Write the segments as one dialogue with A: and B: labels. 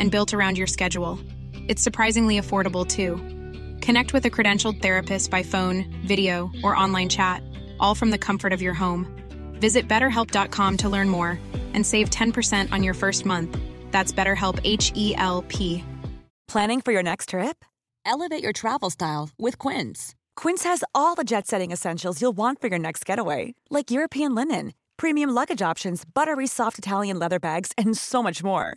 A: and built around your schedule. It's surprisingly affordable too. Connect with a credentialed therapist by phone, video, or online chat, all from the comfort of your home. Visit betterhelp.com to learn more and save 10% on your first month. That's BetterHelp H E L P.
B: Planning for your next trip?
C: Elevate your travel style with Quince.
B: Quince has all the jet setting essentials you'll want for your next getaway, like European linen, premium luggage options, buttery soft Italian leather bags, and so much more.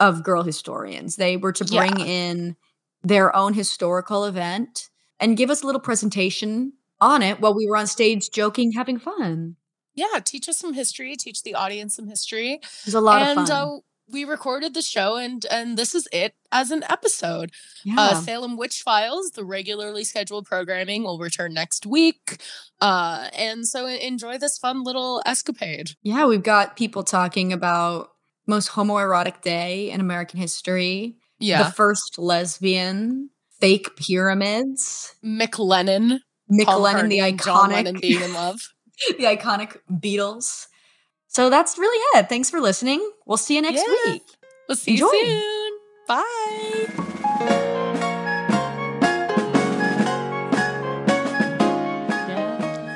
D: of girl historians. They were to bring
E: Yeah.
D: in their own historical event and give us a little presentation on it while we were on stage joking, having fun.
E: Yeah, teach us some history, teach the audience some history.
D: It was a lot
E: and
D: of fun.
E: Uh, we recorded the show and and this is it as an episode.
D: yeah.
E: Uh, Salem Witch Files, the regularly scheduled programming will return next week. Uh, and so en- enjoy this fun little escapade.
D: yeah, we've got people talking about most homoerotic day in American history, the first lesbian, fake pyramids,
E: McLennan.
D: Mick
E: Paul
D: Lennon, the
E: McCartney, John
D: iconic
E: Lennon being in love.
D: the iconic Beatles. So that's really it. Thanks for listening. We'll see you next
E: Yeah.
D: week.
E: We'll see
D: Enjoy.
E: you soon. Bye.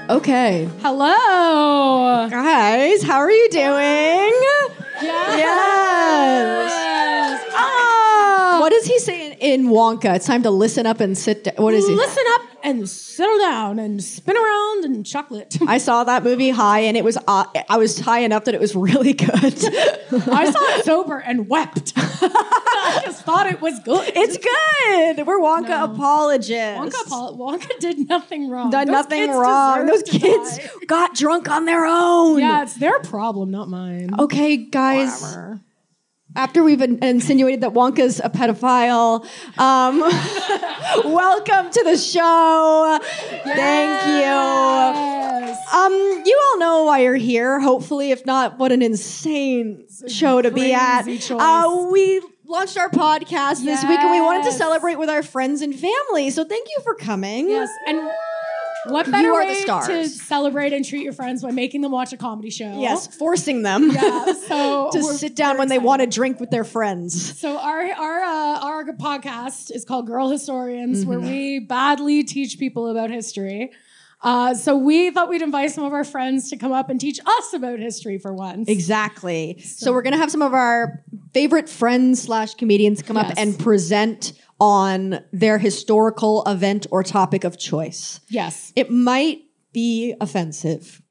F: Okay. Uh,
G: Hello.
F: Guys, how are you doing? Yes.
G: Ah.
F: What does he say in, in Wonka? It's time to listen up and sit down. What is he?
G: Listen up and settle down and spin around and chocolate.
F: I saw that movie high and it was uh, I was high enough that it was really good.
G: I saw it sober and wept. I just thought it was good.
F: it's good. We're Wonka
G: No.
F: apologists.
G: Wonka, Paul- Wonka did nothing wrong.
F: Done
G: Those
F: nothing
G: kids
F: wrong. Those
G: deserve to
F: kids
G: die.
F: got drunk on their own.
G: Yeah, it's their problem, not mine.
F: Okay, guys.
G: Whatever.
F: after we've in- insinuated that Wonka's a pedophile, um, welcome to the show. Thank you.
G: Yes.
F: Um, you all know why you're here. Hopefully, if not, what an insane show to be at.
G: crazy choice.
F: Uh, we launched our podcast this week, and we wanted to
G: Yes.
F: celebrate with our friends and family. So, thank you for coming.
G: Yes. And what
F: You
G: better
F: are the
G: way to
F: stars.
G: celebrate and treat your friends by making them watch a comedy show?
F: Yes, forcing them
G: Yeah. So
F: to
G: we're
F: sit down
G: very
F: when they
G: excited.
F: want to drink with their friends.
G: So our our uh, our podcast is called Girl Historians, where we badly teach people about history. Uh, so we thought we'd invite some of our friends to come up and teach us about history for once.
F: Exactly. So, we're gonna have some of our favorite friends slash comedians come
G: Yes.
F: up and present on their historical event or topic of choice.
G: Yes.
F: It might be offensive.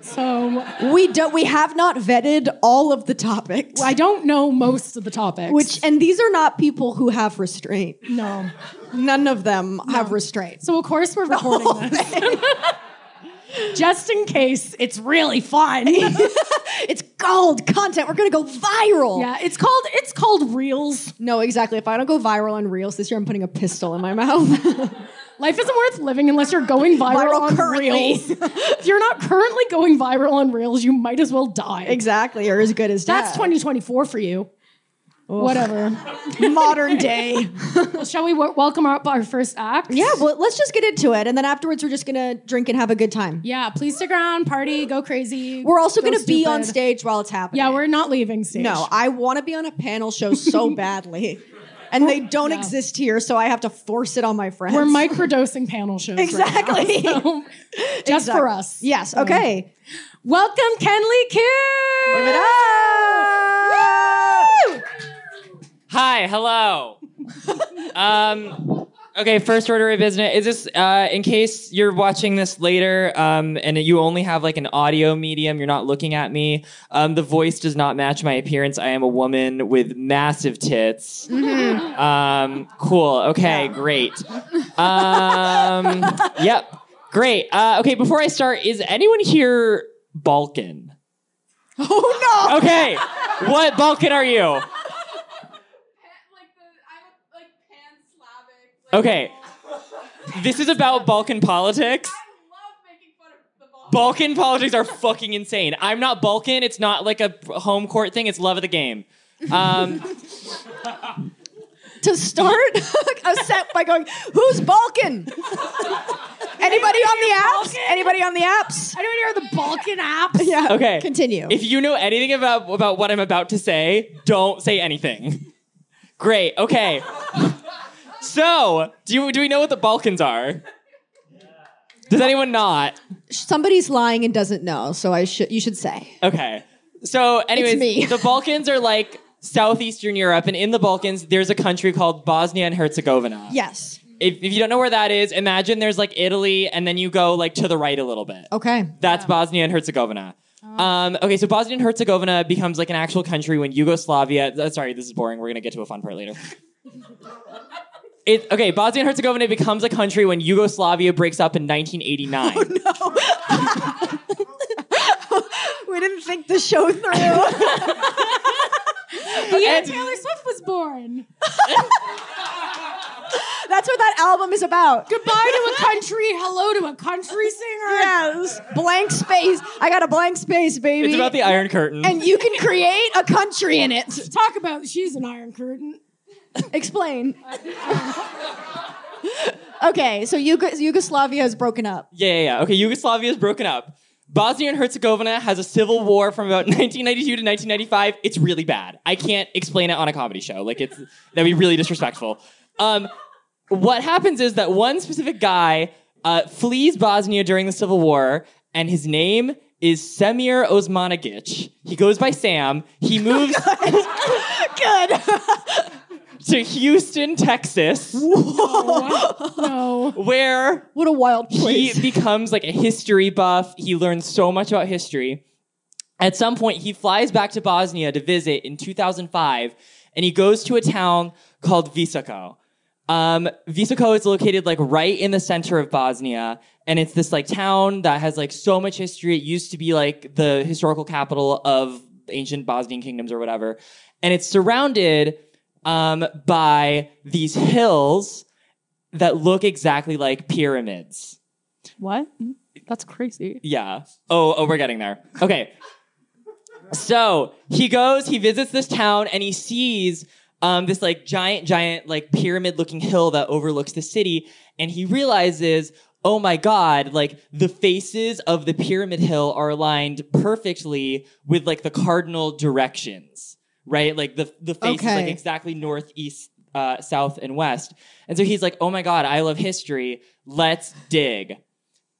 G: So
F: We don't. We have not vetted all of the topics.
G: I don't know most of the topics.
F: which and these are not people who have restraint.
G: no.
F: None of them have restraint.
G: So of course we're recording this. just in case it's really fun.
F: it's gold content. We're gonna go viral.
G: yeah, it's called it's called reels.
F: No, exactly. If I don't go viral on Reels this year, I'm putting a pistol in my mouth.
G: Life isn't worth living unless you're going viral,
F: Viral
G: on
F: currently.
G: reels. if you're not currently going viral on reels, you might as well die.
F: exactly, or as good as
G: That's
F: dead.
G: 2024 for you. Whatever.
F: modern day.
G: Well, Shall we w- welcome up our first act?
F: yeah, well, let's just get into it, and then afterwards, we're just gonna drink and have a good time.
G: Yeah, please stick around, party, go crazy.
F: We're also
G: go
F: gonna be on
G: stupid.
F: stage while it's happening.
G: Yeah, we're not leaving stage.
F: No, I want to be on a panel show so badly, and they don't exist here, so I have to force it on my friends.
G: We're microdosing panel shows. right now,
F: Exactly.
G: so- just
F: Exactly.
G: for us.
F: Yes.
G: So-
F: Okay.
G: Welcome, Kenley Keir.
F: Give it up.
H: Hi, hello. um, okay, first order of business is this. Uh, in case you're watching this later, um, and you only have like an audio medium, you're not looking at me. Um, the voice does not match my appearance. I am a woman with massive tits.
F: Mm-hmm.
H: Um, cool. Okay, great. Um, yep, great. Uh, okay, before I start, is anyone here Balkan?
F: Oh no.
H: Okay, what Balkan are you? Okay. This is about Balkan politics. Balkan politics are fucking insane. I'm not Balkan. It's not like a home court thing. It's love of the game. Um,
F: To start a set by going, who's Balkan? Anybody on the apps? Anybody on the apps?
G: Anyone here in the Balkan apps?
F: Yeah.
H: Okay.
F: Continue.
H: if you know anything about about what I'm about to say, don't say anything. Great. Okay. So, do you, do we know what the Balkans are? Does anyone not?
F: Somebody's lying and doesn't know, so I should. You should say.
H: Okay. So, anyways,
F: me.
H: the Balkans are like southeastern Europe, and in the Balkans, there's a country called Bosnia and Herzegovina.
F: Yes.
H: If, if you don't know where that is, imagine there's like Italy, and then you go like to the right a little bit.
F: Okay.
H: That's Bosnia and Herzegovina. Um, okay, so Bosnia and Herzegovina becomes like an actual country when Yugoslavia. uh, sorry, this is boring. We're gonna get to a fun part later. It, okay, Bosnia and Herzegovina becomes a country when Yugoslavia breaks up in 1989.
F: We didn't think the show through.
G: The year
H: And-
G: Taylor Swift was born.
F: That's what that album is about.
G: Goodbye to a country, hello to a country singer.
F: Yes. Blank space. I got a blank space, baby.
H: It's about the Iron Curtain.
F: and you can create a country in it.
G: Talk about she's an iron curtain.
F: Explain. okay, so Yugo- Yugoslavia has broken up.
H: Yeah, yeah, yeah. Okay, Yugoslavia is broken up. Bosnia and Herzegovina has a civil war from about 1992 to 1995. It's really bad. I can't explain it on a comedy show. Like it's that'd be really disrespectful. Um, what happens is that one specific guy uh, flees Bosnia during the civil war, and his name is Semir Osmanagic. He goes by Sam. He moves
F: Good.
H: to Houston, Texas,
G: No.
H: where
F: what a wild
H: he
F: place.
H: becomes like a history buff. He learns so much about history. At some point, he flies back to Bosnia to visit in 2005, and he goes to a town called Visoko. Um, Visoko is located like right in the center of Bosnia, and it's this like town that has like so much history. It used to be like the historical capital of ancient Bosnian kingdoms or whatever, and it's surrounded um, by these hills that look exactly like pyramids.
E: What? That's crazy.
H: Yeah. Oh, oh, we're getting there. Okay. so he goes, he visits this town, and he sees um, this like giant, giant, like pyramid looking hill that overlooks the city, and he realizes. Oh my god, like the faces of the pyramid hill are aligned perfectly with like the cardinal directions, right? Like the the face is like
F: Okay.
H: exactly north, east, uh, south, and west. And so he's like, "Oh my god, I love history. Let's dig."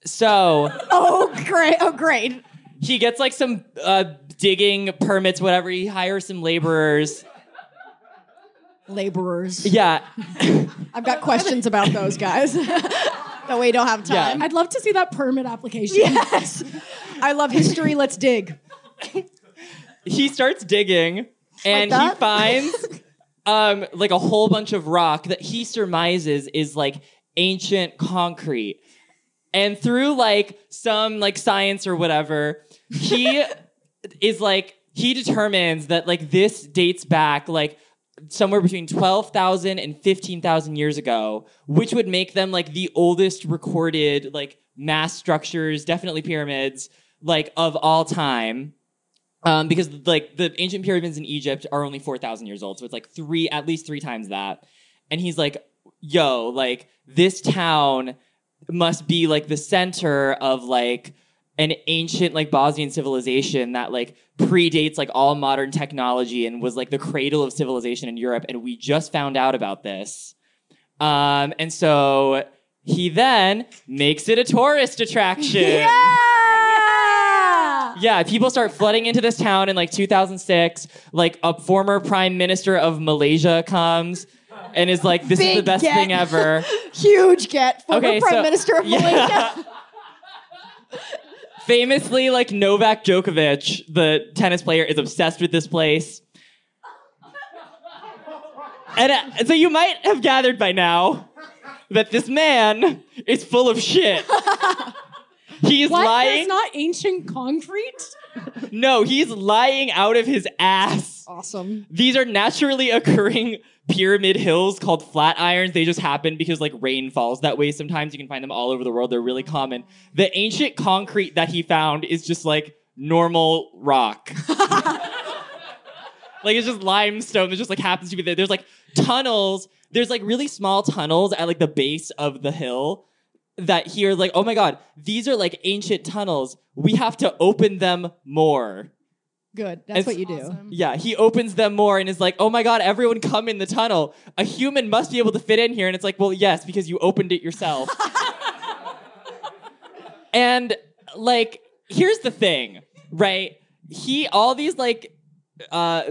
H: So
F: oh great! Oh great!
H: he gets like some uh, digging permits, whatever. He hires some laborers.
F: Laborers.
H: Yeah,
F: I've got questions about those guys. No, we don't have time.
G: I'd love to see that permit application.
F: Yes. I love history. Let's dig.
H: he starts digging, and
F: that?
H: he finds um, like a whole bunch of rock that he surmises is like ancient concrete. And through like some like science or whatever, he is like he determines that like this dates back like somewhere between 12,000 and 15,000 years ago, which would make them like the oldest recorded like mass structures, definitely pyramids, like of all time. Um, because like the ancient pyramids in Egypt are only 4,000 years old. So it's like three, at least three times that. And he's like, yo, like this town must be like the center of like an ancient like Bosnian civilization that like predates like all modern technology and was like the cradle of civilization in Europe. And we just found out about this. Um, and so he then makes it a tourist attraction. Yeah, people start flooding into this town in like 2006. Like a former prime minister of Malaysia comes and is like, "This is the
F: Big
H: best
F: get.
H: thing ever."
F: Huge get. Former
H: Okay,
F: Prime
H: so-
F: Minister of
H: Yeah.
F: Malaysia.
H: Famously, like Novak Djokovic, the tennis player, is obsessed with this place. And uh, so you might have gathered by now that this man is full of shit. He's
G: What? There's
H: lying.
G: not ancient concrete?
H: no, he's lying out of his ass.
G: Awesome.
H: These are naturally occurring pyramid hills called flat irons. They just happen because like rain falls that way. Sometimes you can find them all over the world. They're really common. The ancient concrete that he found is just like normal rock. like it's just limestone that just like happens to be there. There's like tunnels. There's like really small tunnels at like the base of the hill that here like oh my god these are like ancient tunnels we have to open them more
F: Good. That's
H: It's
F: what you do.
H: yeah, he opens them more and is like, "Oh my god, everyone come in the tunnel. A human must be able to fit in here." And it's like, "Well, yes, because you opened it yourself." and like, here's the thing, right? He all these like uh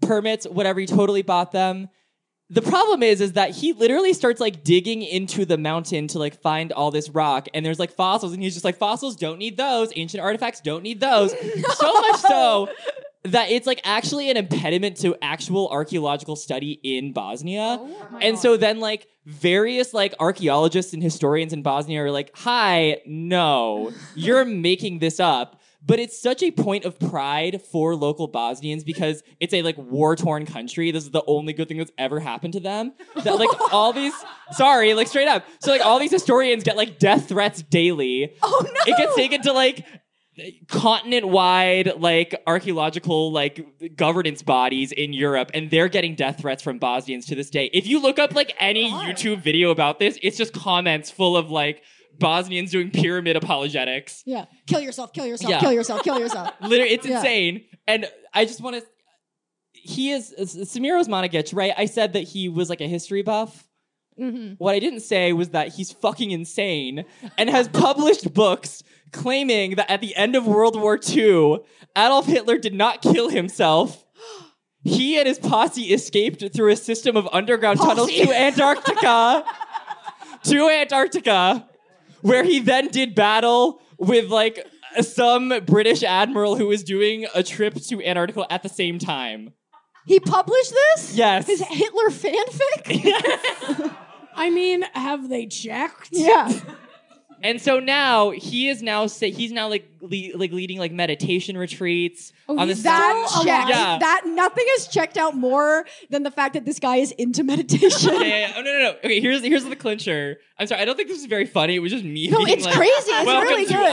H: permits, whatever, he totally bought them. The problem is is that he literally starts like digging into the mountain to like find all this rock and there's like fossils and he's just like fossils don't need those, ancient artifacts don't need those. So much so that it's like actually an impediment to actual archaeological study in Bosnia. and so then like various like archaeologists and historians in Bosnia are like, "Hi, no. You're making this up." But it's such a point of pride for local Bosnians because it's a like war torn country. This is the only good thing that's ever happened to them. That like all these sorry, like straight up. So like all these historians get like death threats daily. Oh no. It gets taken to like continent wide like archaeological like governance bodies in Europe and they're getting death threats from Bosnians to this day. If you look up like any YouTube video about this, it's just comments full of like Bosnians doing pyramid apologetics.
G: Yeah.
F: Kill yourself, kill yourself,
H: Yeah.
F: kill yourself, kill yourself.
H: Literally it's
F: Yeah.
H: insane. And I just want to he is Samir Osmanagic, right? I said that he was like a history buff. What I didn't say was that he's fucking insane and has published books claiming that at the end of World War II, Adolf Hitler did not kill himself. He and his posse escaped through a system of underground tunnels to Antarctica. to Antarctica, where he then did battle with like some British admiral who was doing a trip to Antarctica at the same time.
F: He published this?
H: Yes.
F: His Hitler fanfic?
G: I mean, have they checked?
F: yeah.
H: And so now he is now sa- he's now like le- like leading like meditation retreats
G: Oh,
H: on the
G: he's
F: That
G: Still
F: checked.
G: alive.
H: Yeah.
F: That nothing has checked out more than the fact that this guy is into meditation.
H: Yeah, yeah, yeah. Oh no, no, no. Okay, here's here's the clincher. I'm sorry. I don't think this is very funny. It was just me.
F: No,
H: being
F: it's
H: like,
F: crazy. It's
H: Welcome
F: really
H: to
F: good."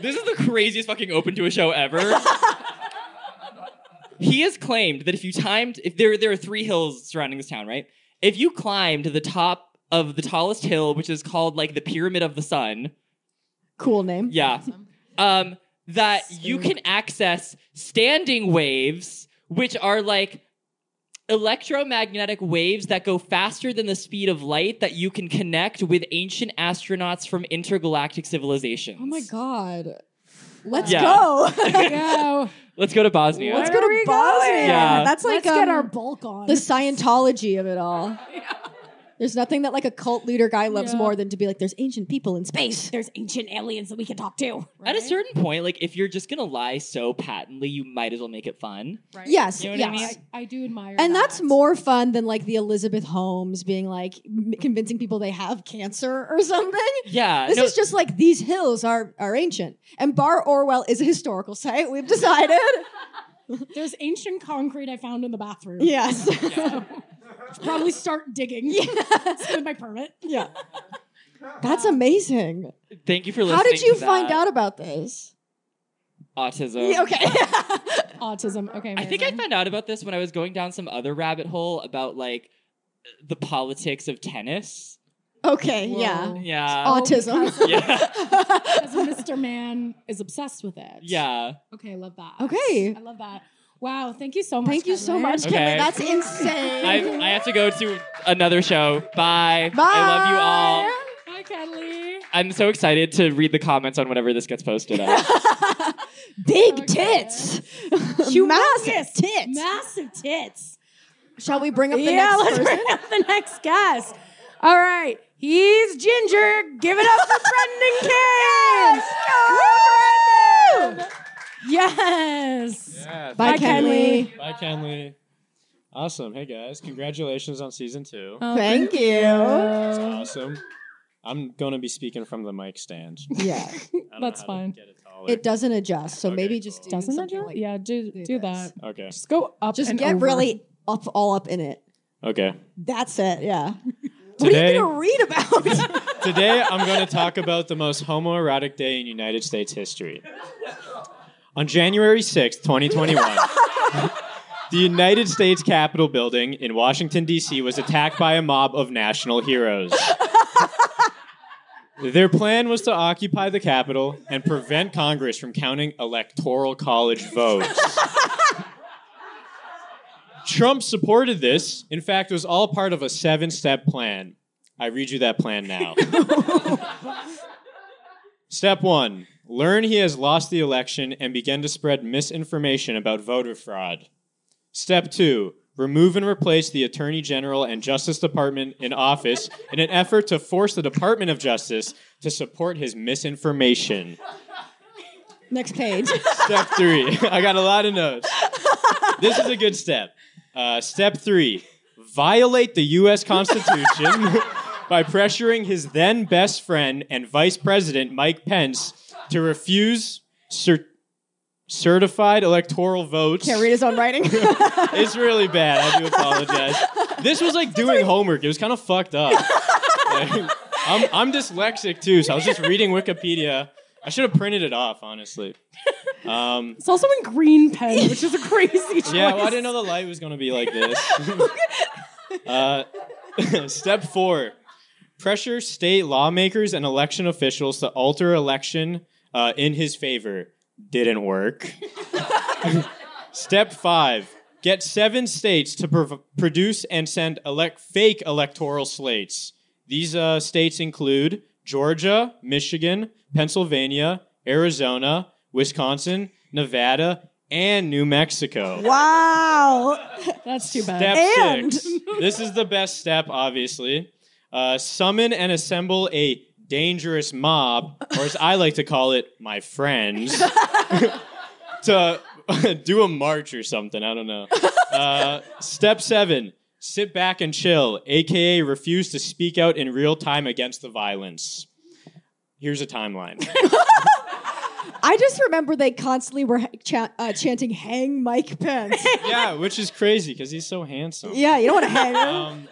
H: this is the craziest fucking open to a show ever. he has claimed that if you timed, if there there are three hills surrounding this town, right? If you climbed the top of the tallest hill, which is called like the Pyramid of the Sun,
F: Cool name.
H: yeah. Um, that you can access standing waves, which are like electromagnetic waves that go faster than the speed of light that you can connect with ancient astronauts from intergalactic civilizations.
F: Oh my god. Let's
H: Yeah.
F: go.
G: Go.
H: Let's go to Bosnia.
F: Let's go
G: Where are
F: to
G: we
F: Bosnia.
G: going?
H: Yeah.
F: That's like
G: Let's get
F: um,
G: our bulk on.
F: the Scientology of it all. There's nothing that like a cult leader guy loves
G: Yeah.
F: more than to be like, there's ancient people in space.
I: There's ancient aliens that we can talk to.
H: At a certain point, like if you're just gonna lie so patently, you might as well make it fun.
G: Right?
F: Yes,
H: You know what I
F: yes.
H: mean?
G: I, I do admire
F: And
G: that.
F: that's more fun than like the Elizabeth Holmes being like m- convincing people they have cancer or something.
H: Yeah.
F: This
H: no,
F: is just like these hills are are ancient, and Bar Orwell is a historical site. We've decided.
G: There's ancient concrete I found in the bathroom.
F: yes.
G: Should Probably start digging. With my permit.
F: yeah. That's amazing.
H: thank you for listening.
F: How did you
H: to
F: find
H: that.
F: out about this?
H: autism?
F: Yeah, okay.
G: Autism. Okay.
H: I think I
G: Marilyn.
H: found out about this when I was going down some other rabbit hole about like the politics of tennis.
F: okay.
G: Whoa.
F: Yeah.
H: Yeah.
F: Oh, Autism.
H: yeah.
G: Because Mr. Man is obsessed with it.
H: Yeah.
G: Okay, I love that.
F: Okay.
G: I love that. Wow, thank you so much.
F: Thank you so
G: Caitlin.
F: much,
H: Okay.
F: Caitlin. That's insane.
H: I, I have to go to another show. Bye. I love you all.
G: Hi, Kelly.
H: I'm so excited to read the comments on whenever this gets posted. Up.
F: Big
G: Okay.
F: tits. Massive tits.
G: Massive tits.
F: Shall we bring up the
G: yeah,
F: next
G: let's
F: person?
G: bring up the next guest. All right, he's Ginger. Give it up for Brendan Kane. Yes.
J: Yeah.
F: Bye,
G: Hi,
F: Kenley.
G: Kenley.
J: Bye, Kenley. Awesome. Hey, guys. Congratulations on season two.
G: Oh,
F: Thank you.
J: It's awesome. I'm going to be speaking from the mic stand.
F: Yeah.
J: I don't know
G: That's
J: how to
G: fine.
J: get it taller.
F: It doesn't adjust, so
J: Okay,
F: maybe
J: cool.
F: just do
G: Doesn't it?
F: something
G: do-
F: like
G: yeah, do
F: do
G: do
F: this.
G: that.
J: Okay.
G: Just go up.
F: Just
G: and
F: get
G: over.
F: really up, all up in it.
J: Okay.
F: That's it. Yeah.
J: Today,
F: what are you gonna read about?
J: today I'm going to talk about the most homoerotic day in United States history. On January 6th, 2021, the United States Capitol building in Washington, D.C. was attacked by a mob of national heroes. Their plan was to occupy the Capitol and prevent Congress from counting electoral college votes. Trump supported this. In fact, it was all part of a seven step plan. I read you that plan now. Step one learn he has lost the election and begin to spread misinformation about voter fraud. Step two remove and replace the Attorney General and Justice Department in office in an effort to force the Department of Justice to support his misinformation.
F: Next page.
J: Step three. I got a lot of notes. This is a good step. Uh, step three violate the U.S. Constitution by pressuring his then best friend and Vice President Mike Pence to refuse cer- certified electoral votes.
F: Can't read his own writing.
J: It's really bad. I do apologize. This was like doing homework. It was kind of fucked up. Like, I'm, I'm dyslexic too, so I was just reading Wikipedia. I should have printed it off, honestly. Um,
G: It's also in green pen, which is a crazy choice.
J: yeah, well, I didn't know the light was going to be like this. uh, step four pressure state lawmakers and election officials to alter election uh, in his favor. Didn't work. step five get seven states to prov- produce and send elect- fake electoral slates. These uh, states include Georgia, Michigan, Pennsylvania, Arizona, Wisconsin, Nevada, and New Mexico.
F: wow.
G: That's too bad.
J: Step
F: And-
J: six. This is the best step, obviously. Uh, summon and assemble a dangerous mob, or as I like to call it, my friends, to do a march or something. I don't know. Uh, step seven. Sit back and chill, aka refuse to speak out in real time against the violence. Here's a timeline.
F: I just remember they constantly were cha- uh, chanting "Hang Mike Pence."
J: yeah, which is crazy because he's so handsome.
F: yeah, you don't want to hang. him.
J: Um,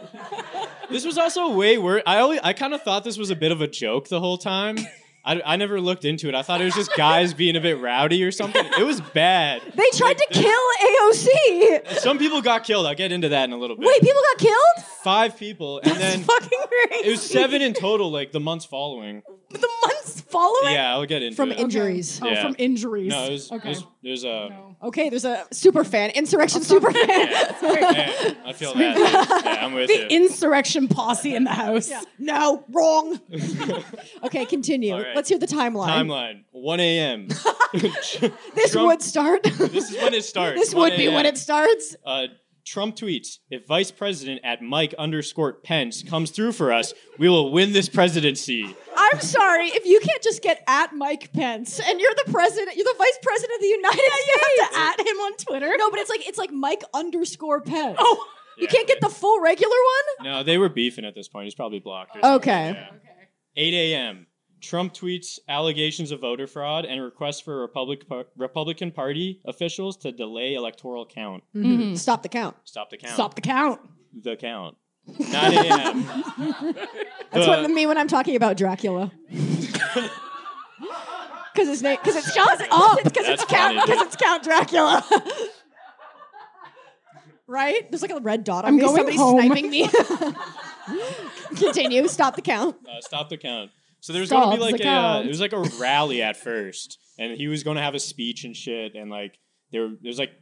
J: this was also way worse. I always, I kind of thought this was a bit of a joke the whole time. I, I never looked into it. I thought it was just guys being a bit rowdy or something. It was bad.
F: They tried to kill AOC.
J: Some people got killed. I'll get into that in a little bit.
F: Wait, people got killed?
J: Five people, and then
F: Fucking crazy.
J: it was seven in total. Like the months following.
F: The months following
J: Yeah, I'll get into
F: from
J: it.
F: injuries.
G: Oh,
J: Yeah.
G: from injuries.
J: No, it was,
G: okay.
J: it was, it was uh,
F: Okay, there's a super fan, insurrection super fan.
J: yeah, I feel that. Yeah, I'm with you.
G: the insurrection posse in the house.
F: no, wrong. okay, continue.
J: All right.
F: Let's hear the timeline.
J: Timeline: 1 a.m.
F: This
J: Trump-
F: would start.
J: This is when it starts.
F: this
J: 1
F: would be
J: a.m..
F: when it starts.
J: Uh, Trump tweets, if Vice President at Mike underscore Pence comes through for us, we will win this presidency.
F: I'm sorry if you can't just get at Mike Pence and you're the president, you're the vice president of the United States. You have to at him on Twitter. No, but it's like it's like Mike underscore Pence. Oh, you can't get the full regular one.
J: No, they were beefing at this point. He's probably blocked. or something.
F: Okay.
J: Yeah. 8 a.m. Trump tweets allegations of voter fraud and requests for Republic, Republican Party officials to delay electoral count.
F: Mhm. Stop the count.
J: Stop the count.
F: Stop the count.
J: the count. 9 a.m.
F: That's
J: The-
F: what I mean when I'm talking about Dracula. Because his name, because it's Shut up, because it's
J: That's
F: Count,
J: funny.
F: because it's Count Dracula. right? There's like a red dot on
G: I'm
F: me.
G: going
F: Somebody's
G: home.
F: sniping me. Continue. Stop the count.
J: Uh, stop the count. So there was
F: Stop
J: going to be like
F: the
J: a uh,
F: count.
J: it was like a rally at first, and he was going to have a speech and shit, and like there there was like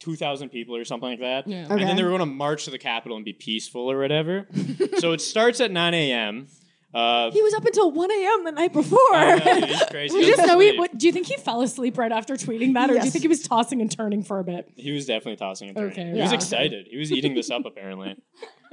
J: two thousand people or something like that,
K: Yeah.
J: and
K: Okay.
J: then they were going to march to the Capitol and be peaceful or whatever. so it starts at nine a.m. Uh,
F: He was up until 1 a.m. the night before.
J: he's crazy.
G: We
J: He
G: just
J: doesn't
G: know he.
J: sleep.
G: What, do you think he fell asleep right after tweeting that, or do you
F: Yes.
G: think he was tossing and turning for a bit?
J: He was definitely tossing and turning.
G: Okay,
J: he was
G: yeah.
J: excited. He was eating this up apparently.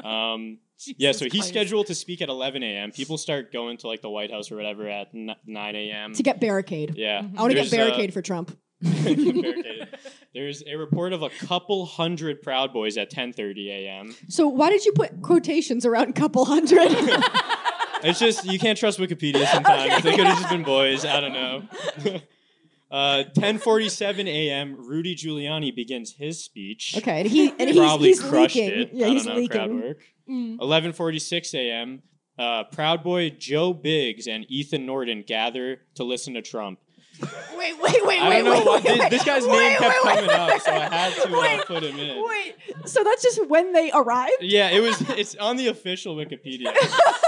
J: Um, yeah, so he's scheduled to speak at 11 a.m. People start going to like the White House or whatever at n- 9 a.m.
F: To get barricade.
J: Yeah,
F: I want to get
J: There's, uh,
F: barricade for Trump.
J: There's a report of a couple hundred Proud Boys at 10:30 a.m.
F: So why did you put quotations around couple hundred?
J: It's just you can't trust Wikipedia sometimes. They could have just been boys. I don't know. Uh, 10:47 a.m. Rudy Giuliani begins his speech.
F: Okay, and he- and he's-
J: probably
F: he's
J: crushed
F: leaking.
J: it.
F: Yeah,
J: I don't
F: he's
J: know,
F: leaking. Mm.
J: crowd work. 11:46 a.m. Uh, Proud Boy Joe Biggs and Ethan Norton gather to listen to Trump.
F: Wait, wait, wait,
J: I
F: wait,
J: don't know
F: wait,
J: why-
F: wait,
J: thi- this guy's
F: wait,
J: name kept
F: wait,
J: coming
F: wait.
J: up, so I had to uh, put him in.
F: Wait, so that's just when they arrived?
J: Yeah, it was. It's on the official Wikipedia.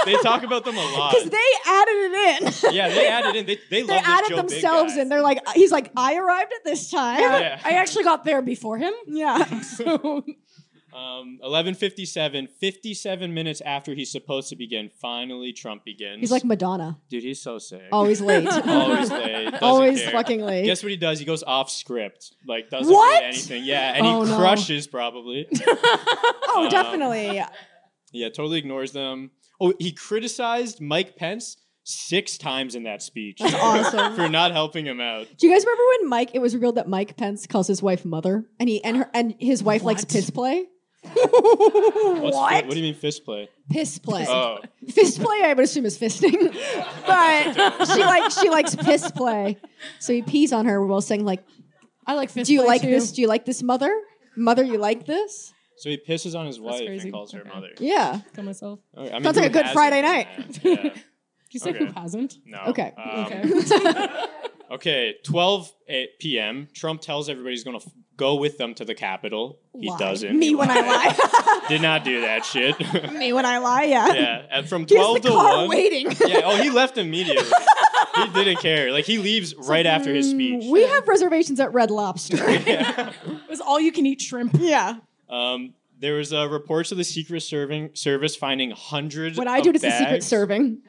J: they talk about them a lot.
F: Because they added it in.
J: yeah, they added in. They they,
F: They
J: love
F: added
J: this Uh, Joe
F: themselves
J: Big
F: in. They're like, he's like, I arrived at this time.
J: Yeah.
G: I actually got there before him.
F: Yeah.
G: So
J: guy. Um, 11:57, 57 minutes after he's supposed to begin, finally Trump begins.
F: He's like Oh, Madonna.
J: Dude, he's so sick.
F: Always late.
J: Always late. Doesn't
F: Always
J: care.
F: fucking late.
J: Guess what he does? He goes off script. Like doesn't read
F: What?
J: anything. Yeah, and
F: Oh,
J: he
F: no.
J: crushes probably.
F: Oh,
J: Um,
F: definitely.
J: Yeah, totally ignores them. Oh, he criticized Mike Pence six times in that speech. That's
F: awesome.
J: for not helping him out.
F: Do you guys remember when Mike? It was revealed that Mike Pence calls his wife mother, and he and her and his wife likes piss play.
J: What's
F: what?
J: fi- what do you mean fist play?
F: Piss play.
J: Oh.
F: Fist play, I would assume is fisting, but she likes she likes piss play. So he pees on her while saying like,
G: "I like fist
F: Do you
G: play,
F: like
G: too."
F: this? Do you like this, mother? Mother, you like this?
J: So he pisses on his wife
G: crazy.
J: and calls her mother.
F: Yeah.
G: kill myself.
J: Okay, I mean,
F: Sounds like
J: who
F: a good
J: hasn't
F: Friday
J: done
F: night.
J: that? Yeah.
G: you say who
J: Okay.
G: hasn't?
J: No.
F: Okay.
J: Um,
G: okay.
J: Okay, 12 a- p.m. Trump tells everybody he's going to f- go with them to the Capitol. He
F: Lied.
J: doesn't.
F: Me
J: He
F: when I
J: lied. Did not do that shit.
F: Me when I lie, yeah.
J: yeah, and from
F: Here's
J: 12
F: the
J: to
F: car
J: 1.
F: waiting.
J: yeah, oh, he left immediately. he didn't care. Like, he leaves right after his speech.
F: "Mm, We have reservations at Red Lobster.
G: It was all you can eat shrimp.
F: Yeah.
J: Um, there was uh, reports of the Secret serving, Service finding hundreds
F: When I do
J: of
F: it, it's a secret
J: bags.
F: serving.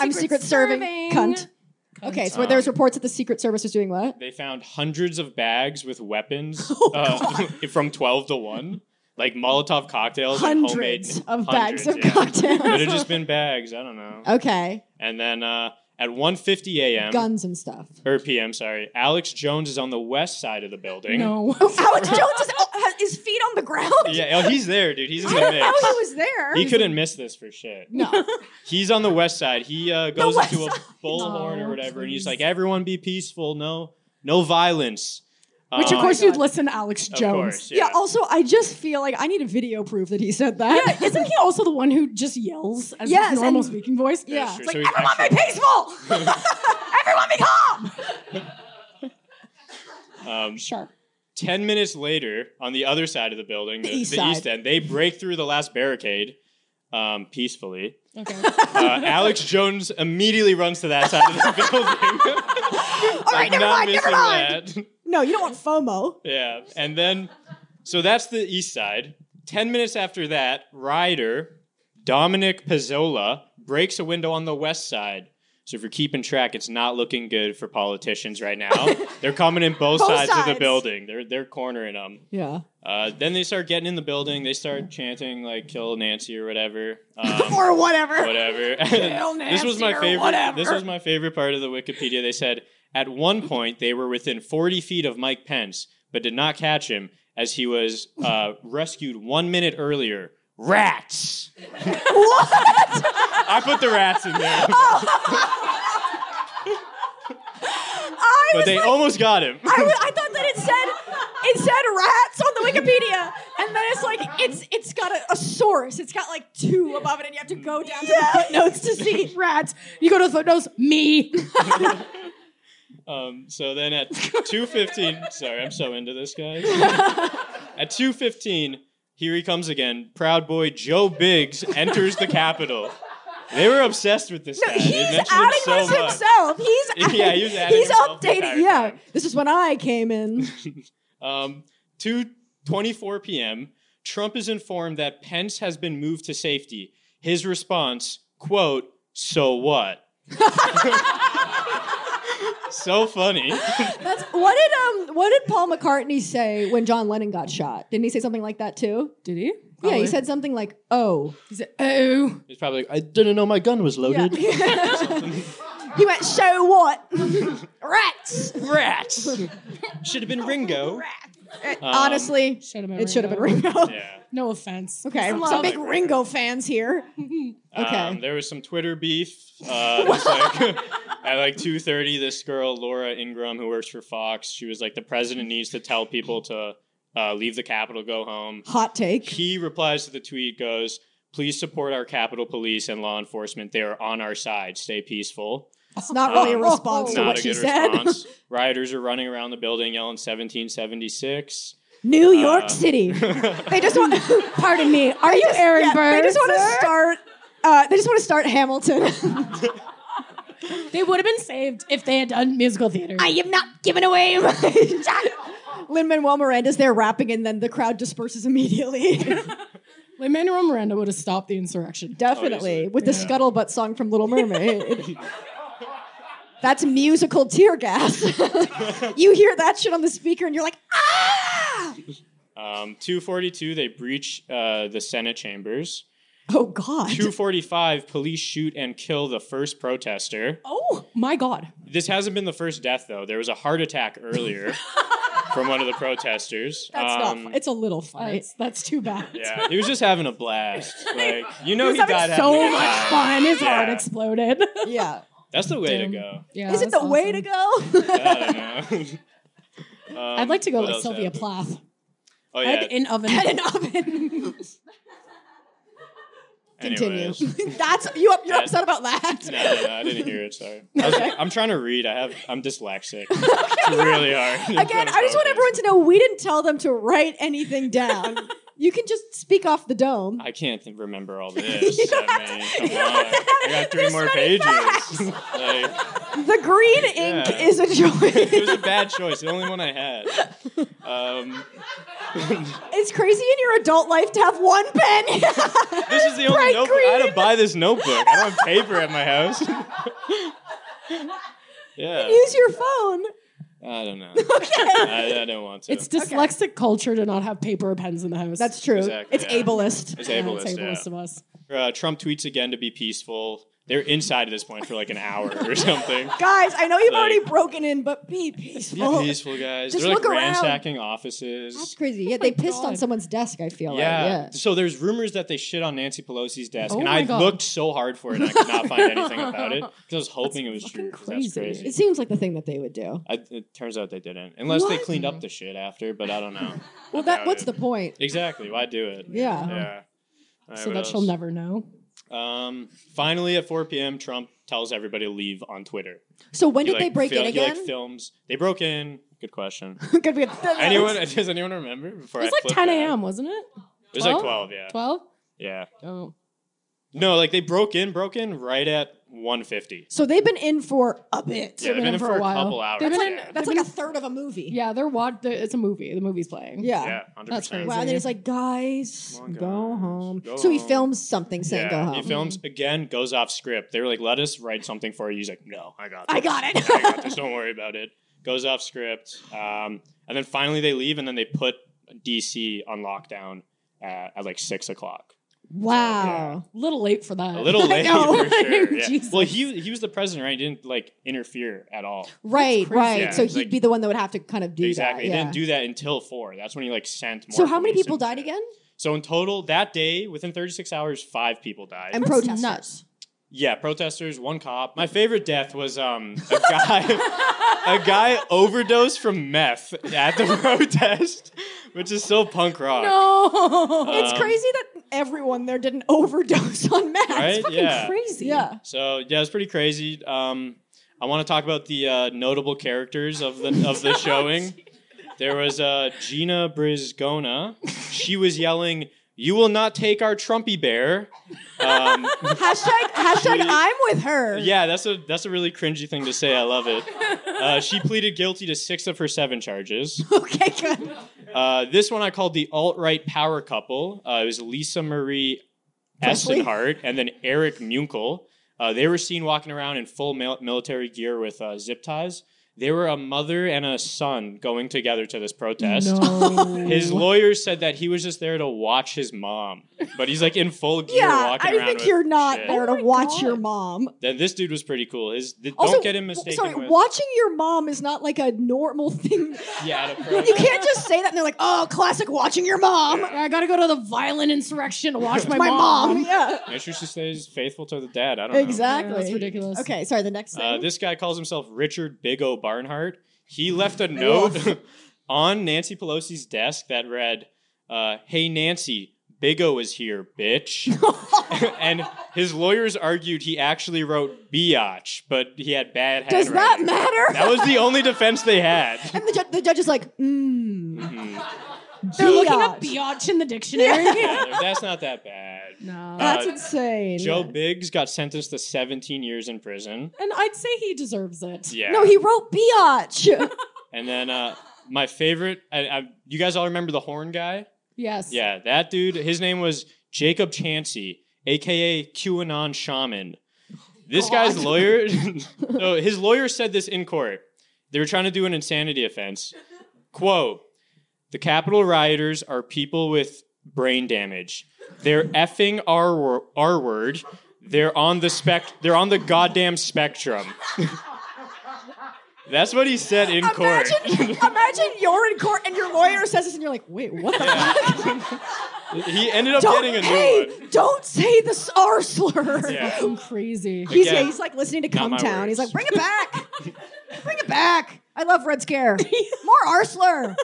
F: I'm secret serving, cunt. Okay, so
J: Um,
F: there's reports that the Secret Service was doing what?
J: They found hundreds of bags with weapons
F: Oh,
J: uh, from 12 to 1. Like Molotov cocktails
F: Hundreds
J: and homemade
F: of bags of
J: It
F: cocktails.
J: would have just been bags. I don't know.
F: Okay,
J: And then uh, at 1.50 a.m.
F: guns and stuff.
J: Or p.m., sorry. Alex Jones is on the west side of the building.
F: Oh, Alex Jones is, oh, has his feet on the ground.
J: Yeah, oh, he's there, dude. He's in
F: I
J: the
F: don't know
J: mix.
F: he was there.
J: He couldn't miss this for shit.
F: No.
J: He's on the west side. He uh, goes
F: west
J: into a bullhorn or whatever, and he's like, "Everyone be peaceful. No, no violence."
G: Which of
J: Um,
G: course you'd listen to Alex
J: Of
G: Jones.
J: course, yeah. Yeah,
F: Also, I just feel like I need a video proof that he said that.
G: Yeah, isn't he also the one who just yells as
F: Yes,
G: his normal
F: and-
G: speaking voice? Yeah.
J: true.
G: It's
J: So
G: like,
J: he's
G: everyone be
J: actually-
F: peaceful! Everyone be calm!
J: Um,
G: Sharp.
J: Ten minutes later, on the other side of the building, the, the
F: east
J: east,
F: side.
J: end, they break through the last barricade um, peacefully.
G: Okay.
J: Uh, Alex Jones immediately runs to that side of the building.
F: All right,
J: Like,
F: never
J: not
F: mind, never
J: missing
F: mind.
J: that.
F: No, you don't want FOMO.
J: Yeah, and then so that's the east side. Ten minutes after that, Ryder Dominic Pizzola breaks a window on the west side. So if you're keeping track, it's not looking good for politicians right now. they're coming in both,
K: Both
J: sides, of
K: sides.
J: the building. They're they're cornering them.
K: Yeah.
J: Uh, then they start getting in the building. They start chanting like "Kill Nancy" or whatever, um,
K: Or whatever.
J: whatever.
K: Kill
J: this was
K: Nancy
J: my
K: or
J: favorite.
K: whatever.
J: This was my favorite part of the Wikipedia. They said at one point they were within 40 feet of Mike Pence, but did not catch him as he was uh, rescued one minute earlier. Rats. what? I put the rats in there,
K: I
J: but
K: was
J: they
K: like,
J: almost got him.
K: I, was, I thought that it said it said rats on the Wikipedia, and then it's like it's it's got a, a source. It's got like two above it, and you have to go down to the footnotes to see rats. You go to the footnotes, me.
J: Um, so then at 2.15, sorry, I'm so into this, guys. at 2.15, here he comes again. Proud boy Joe Biggs enters the Capitol. They were obsessed with this guy. They mentioned him
K: adding
J: so
K: this
J: much.
K: himself. He's adding,
J: Yeah, he was adding
K: he's
J: himself the entire
K: updating. Yeah, this is when I came in.
J: Um, 2.24 p.m., Trump is informed that Pence has been moved to safety. His response, quote, so what? so funny.
F: That's what did um what did Paul McCartney say when John Lennon got shot? Didn't he say something like that too?
J: Did he?
F: Yeah, he said something like, "Oh." He said,
J: "Oh." He's probably like, I didn't know my gun was loaded.
F: He went, "So what?" Rats.
J: Rats. Should have been Ringo.
F: Honestly,
G: been
F: it should have been
G: Ringo.
F: Ringo.
J: Yeah.
G: No offense.
F: Okay,
G: Some
F: some
G: love.
F: big Ringo fans here. Okay.
J: Um, there was some Twitter beef. Uh, it was like, at like two thirty, this girl Laura Ingram, who works for Fox, she was like, "The president needs to tell people to uh, leave the Capitol, go home."
F: Hot take.
J: He replies to the tweet, goes, "Please support our Capitol Police and law enforcement. They are on our side. Stay peaceful."
F: That's not really a
J: Um,
F: response to
J: not
F: what
J: a
F: she
J: good
F: said.
J: response. Rioters are running around the building yelling 1776.
F: New York
J: Uh,
F: City.
J: they
F: just want.
G: Pardon me. Are you
F: just-
G: Aaron
F: yeah, They
G: Burr?
F: just want to start. Uh, they just want to start Hamilton.
G: They would have been saved if they had done musical theater.
F: I am not giving away my. Lin Manuel Miranda's there rapping, and then the crowd disperses immediately.
G: Lin Manuel Miranda would have stopped the insurrection.
F: Definitely, with the scuttlebutt song from Little Mermaid. That's musical tear gas. you hear that shit on the speaker, and you're like, "Ah,
J: Um, 242, they breach uh, the Senate chambers.
F: Oh, God.
J: 245, police shoot and kill the first protester.
G: Oh my God.
J: This hasn't been the first death, though. There was a heart attack earlier from one of the protesters.
G: That's not
J: Um,
G: not. It's a little funny. That's, that's too bad.
J: Yeah, he was just having a blast. Like, you know,
G: He's
J: he,
G: having
J: died
G: so
J: having a
G: much
J: blast.
G: fun. His
J: Yeah,
G: heart exploded.
F: Yeah.
J: That's the way to go.
G: Yeah,
F: "Is it the
G: that's
F: way to go?"
J: I don't know. Um,
G: I'd like to go
J: what
G: like
J: else
G: Sylvia
J: happened?
G: Plath.
J: Oh, yeah.
G: Head in oven.
F: Head in oven.
J: Anyways.
F: That's you. Up, you're
J: Yeah.
F: upset about that.
J: No, no, no, I didn't hear it. Sorry. I was, I'm trying to read. I have. I'm dyslexic. It's really hard. I'm trying
F: Again,
J: to
F: I just want
J: focus.
F: everyone to know we didn't tell them to write anything down. you can just speak off the dome.
J: I can't th- remember all this. I mean, come on. I got three more pages. like,
F: The green ink
J: yeah.
F: is a choice.
J: it was a bad choice. The only one I had. Um,
F: It's crazy in your adult life to have one pen.
J: this is the only
F: Bright
J: notebook. I had to buy this notebook. I don't have paper at my house. yeah.
F: Use your phone.
J: I don't know. I, I don't want to.
G: It's dyslexic culture to not have paper or pens in the house. That's
F: true.
J: Exactly, It's yeah. ableist. It's ableist,
G: it's ableist
J: yeah.
G: of us.
J: Uh, Trump tweets again to be peaceful. They're inside at this point for like an hour or something.
F: Guys, I know you've
J: Like,
F: already broken in, but be
J: be
F: peaceful.
J: peaceful, guys.
F: Just
J: They're like
F: look around.
J: ransacking offices.
F: That's crazy. Yeah, they pissed on someone's desk, I feel
J: yeah.
F: like.
J: So there's rumors that they shit on Nancy Pelosi's desk,
F: Oh
J: and
F: my
J: I
F: God.
J: looked so hard for it, and I could not find anything about it because I was hoping it was true. 'cause
F: Yeah.
J: That's crazy.
F: It seems like the thing that they would do.
J: I, it turns out they didn't, unless they
F: What?
J: cleaned up the shit after. But I don't know.
F: Well, that what's the point?
J: exactly. Why do it?
F: Yeah.
J: Yeah. All right,
G: so
J: what
G: that
J: else?
G: she'll never know.
J: Um, finally, at 4 p.m., Trump tells everybody to leave on Twitter.
F: So when
J: He,
F: did they
J: like,
F: break
J: fil-
F: in
J: he, like,
F: again?
J: films. They broke in. Good question.
F: Could be a
J: anyone? Does anyone remember? Before
G: It was
J: I
G: like
J: flip
G: 10
J: back?
G: a.m., wasn't it?
J: It was like 12. Yeah.
G: 12?
J: Yeah.
G: Oh.
J: No, like they broke in, broke in right at 150.
F: So they've been in for a bit.
J: Yeah, they've been in for a couple hours,
F: That's like,
J: yeah.
F: that's like a third of a movie.
G: Yeah, they're watch. It's a movie. The movie's playing.
F: Yeah.
J: Yeah, 100%.
G: That's crazy.
F: Wow, and then he's like, guys,
J: Come on,
F: go home.
J: go
F: so he
J: home.
F: films something saying, go home.
J: he films again, goes off script. They were like, "Let us write something for you." He's like, "No, I got, this.
F: I got it."
J: I got this. Don't worry about it." Goes off script, um, and then finally they leave, and then they put DC on lockdown at, at like six o'clock.
G: Wow. A little late for that.
J: A little late, for sure. yeah.
G: Jesus.
J: Well, he he was the president, right? He didn't like interfere at all.
F: Right, right.
J: Yeah,
F: so
J: it's
F: he'd
J: like-
F: be the one that would have to kind of do that.
J: exactly. He
F: Yeah.
J: didn't do that until four. That's when he like sent. More
F: so how many
J: police
F: people
J: and
F: died
J: shit.
F: again?
J: So in total, that day, within 36 hours, five people died.
F: And protesters. Nuts.
J: Yeah, protesters, one cop. My favorite death was um, a guy, a guy overdosed from meth at the protest, which is so punk rock.
F: No.
J: Um,
F: Oh. it's crazy that everyone there did an overdose on meth.
J: Right?
F: It's fucking
J: Yeah.
F: crazy. Yeah.
J: So yeah, it's pretty crazy. Um, I want to talk about the uh, notable characters of the of the showing. There was uh, Gina Brisgona. She was yelling, "You will not take our Trumpy bear." Um,
F: hashtag hashtag I'm with her.
J: Yeah, that's a that's a really cringy thing to say. I love it. Uh, she pleaded guilty to six of her seven charges.
F: Okay, good.
J: Uh, this one I called the alt right power couple. Uh, it was Lisa Marie Estenhart and then Eric Munkel. Uh, they were seen walking around in full mil- military gear with uh, zip ties. They were a mother and a son going together to this protest. His lawyer said that he was just there to watch his mom, but he's like in full gear
F: Yeah,
J: walking
F: I
J: around.
F: think
J: with
F: you're not
J: shit.
G: Oh
F: there to watch your mom.
J: Then this dude was pretty cool. His th-
F: Also,
J: don't get him
F: w-
J: mistaken
F: Sorry,
J: with
F: watching your mom is not like a normal thing.
J: yeah. at a pro-
F: you can't just say that and they're like, oh, classic watching your mom.
G: I gotta go to the violent insurrection to watch my,
F: My mom, yeah.
J: Make sure she stays faithful to the dad. I don't know.
F: Exactly.
G: That's ridiculous.
F: Okay, sorry, the next thing.
J: Uh-huh. Uh, this guy calls himself Richard Big O Barnhart. He left a note on Nancy Pelosi's desk that read, uh, "Hey Nancy, Big O is here, bitch." and his lawyers argued he actually wrote biatch, but he had bad
F: Does that
J: handwriting.
F: matter?
J: That was the only defense they had.
F: and the, ju- the judge is like, mmm.
J: Mm-hmm.
G: They're looking
J: Uh,
G: up biatch in the dictionary.
J: Yeah, That's not that bad.
G: No.
F: That's insane.
J: Joe Biggs got sentenced to 17 years in prison.
G: And I'd say he deserves it.
J: Yeah.
F: No, he wrote biatch.
J: And then uh, my favorite, I, I, you guys all remember the horn guy?
G: Yes.
J: Yeah, that dude. His name was Jacob Chansey, aka QAnon Shaman. This guy's lawyer. so his lawyer said this in court. They were trying to do an insanity offense. Quote: The Capitol rioters are people with brain damage. They're effing R wor- R word. They're on the spec. They're on the goddamn spectrum. That's what he said in court.
F: imagine, imagine you're in court and your lawyer says this and you're like, wait, what the
J: He ended up
F: Don't,
J: getting a new
F: hey,
J: one.
F: don't say the R slur.
J: Yeah.
G: Fucking crazy.
F: He's,
J: Again,
F: he's like listening to
J: not
F: Come
J: my
F: Town. He's like,
J: words.
F: bring it back. bring it back. I love Red Scare. More R slur.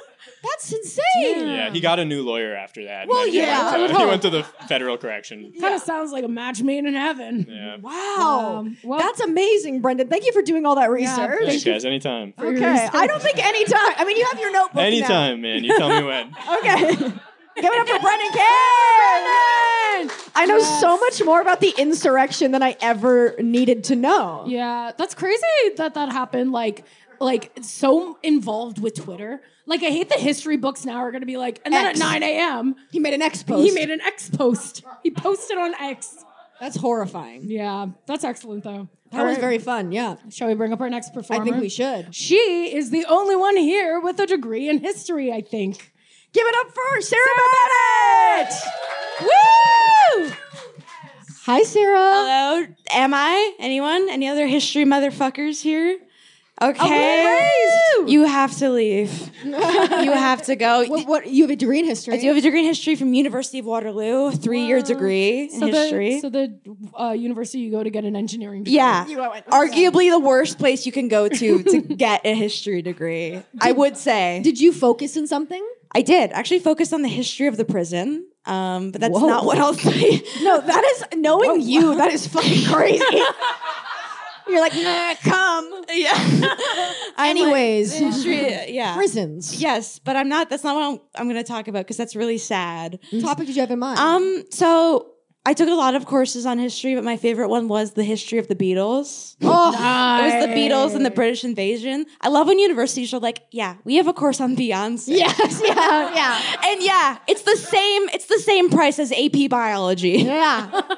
F: That's insane.
J: Yeah, he got a new lawyer after that. and
F: Well,
J: then he
F: yeah,
J: went
F: I
J: to-
F: would
J: he
F: hope.
J: went to the federal correction.
G: Kind of sounds like a match made in heaven.
J: Yeah.
F: Wow.
G: Um, well-
F: That's amazing, Brendan. Thank you for doing all that research.
J: Thanks, guys. Anytime.
F: okay. I don't think any time. I mean, you have your notebook. now.
J: Anytime, man. You tell me when.
F: Okay. Give it up for Brendan Kane. I know so much more about the insurrection than I ever needed to know.
G: Yeah, that's crazy that that happened. Like, like so involved with Twitter. Like, I hate that history books now are going to be like. And then
F: X.
G: at nine a.m.,
F: He made an X post.
G: he made an X post. He posted on X.
F: That's horrifying.
G: Yeah, that's excellent though.
F: That
G: All
F: was
G: right,
F: very fun. Yeah.
G: Shall we bring up our next performer?
F: I think we should.
G: She is the only one here with a degree in history. I think.
F: Give it up for Sarah, Babbitt. Woo! Hi, Sarah.
L: Hello. Am I? Anyone? Any other history motherfuckers here?
F: Oh,
L: Okay. You have to leave. you have to go.
F: What, what you have a degree in history?
L: I do have a degree in history from University of Waterloo, three year degree in
G: So
L: history.
G: the so the uh, university you go to get an engineering degree.
L: yeah,
F: You went-
L: arguably the worst place you can go to to get a history degree. I would say
F: Did you focus in something?
L: I did actually focus on the history of the prison, um, but that's
F: Whoa.
L: not what I'll say.
F: No, that is knowing you. That is fucking crazy. You're like, nah, come.
L: yeah. I'm like,
F: Anyways,
L: the history, uh, yeah,
F: prisons.
L: Yes, but I'm not. That's not what I'm, I'm going to talk about because that's really sad.
F: What topic did you have in mind?
L: Um, so I took a lot of courses on history, but my favorite one was the history of the Beatles. Oh, it was the Beatles and the British invasion. I love when universities are like, "Yeah, we have a course on Beyonce."
F: Yes, yeah, yeah.
L: and yeah, it's the same. It's the same price as AP biology.
F: Yeah.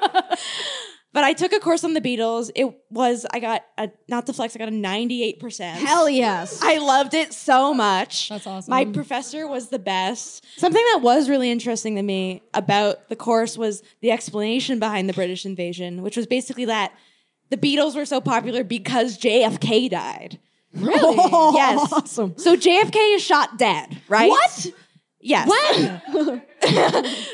L: but I took a course on the Beatles. It was I got a not to flex. I got a ninety-eight percent.
F: Hell yes.
L: I loved it so much.
F: That's awesome.
L: My professor was the best. Something that was really interesting to me about the course was the explanation behind the British invasion, which was basically that the Beatles were so popular because JFK died.
F: Really?
L: yes.
F: Awesome.
L: So JFK is shot dead, right?
F: What?
L: Yes.
F: When?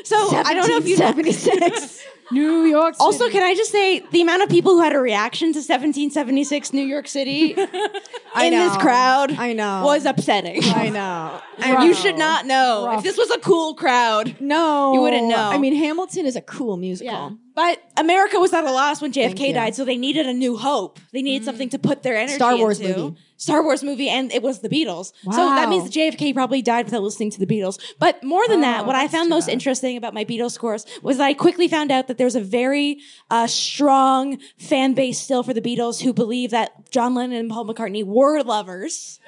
L: So I don't know if you
F: 1776.
G: New York. City.
L: Also, can I just say the amount of people who had a reaction to 1776 New York City in this
F: know.
L: crowd
F: I know.
L: was upsetting.
F: I know.
L: And you should not know.
F: Rough.
L: If this was a cool crowd,
F: No.
L: You wouldn't know.
F: I mean, Hamilton is a cool musical.
L: but America was at a loss when
F: Thank you. Mm.
L: JFK died, so they needed a new hope. They needed something to put their energy
F: Star Wars
L: into.
F: movie.
L: Star Wars movie, and it was the Beatles. So
F: Wow.
L: that means JFK probably died without listening to the Beatles. But more than that,
F: Oh,
L: what I found most interesting about my Beatles course was that I quickly found out that there was a very uh, strong fan base still for the Beatles who believe that John Lennon and Paul McCartney were lovers.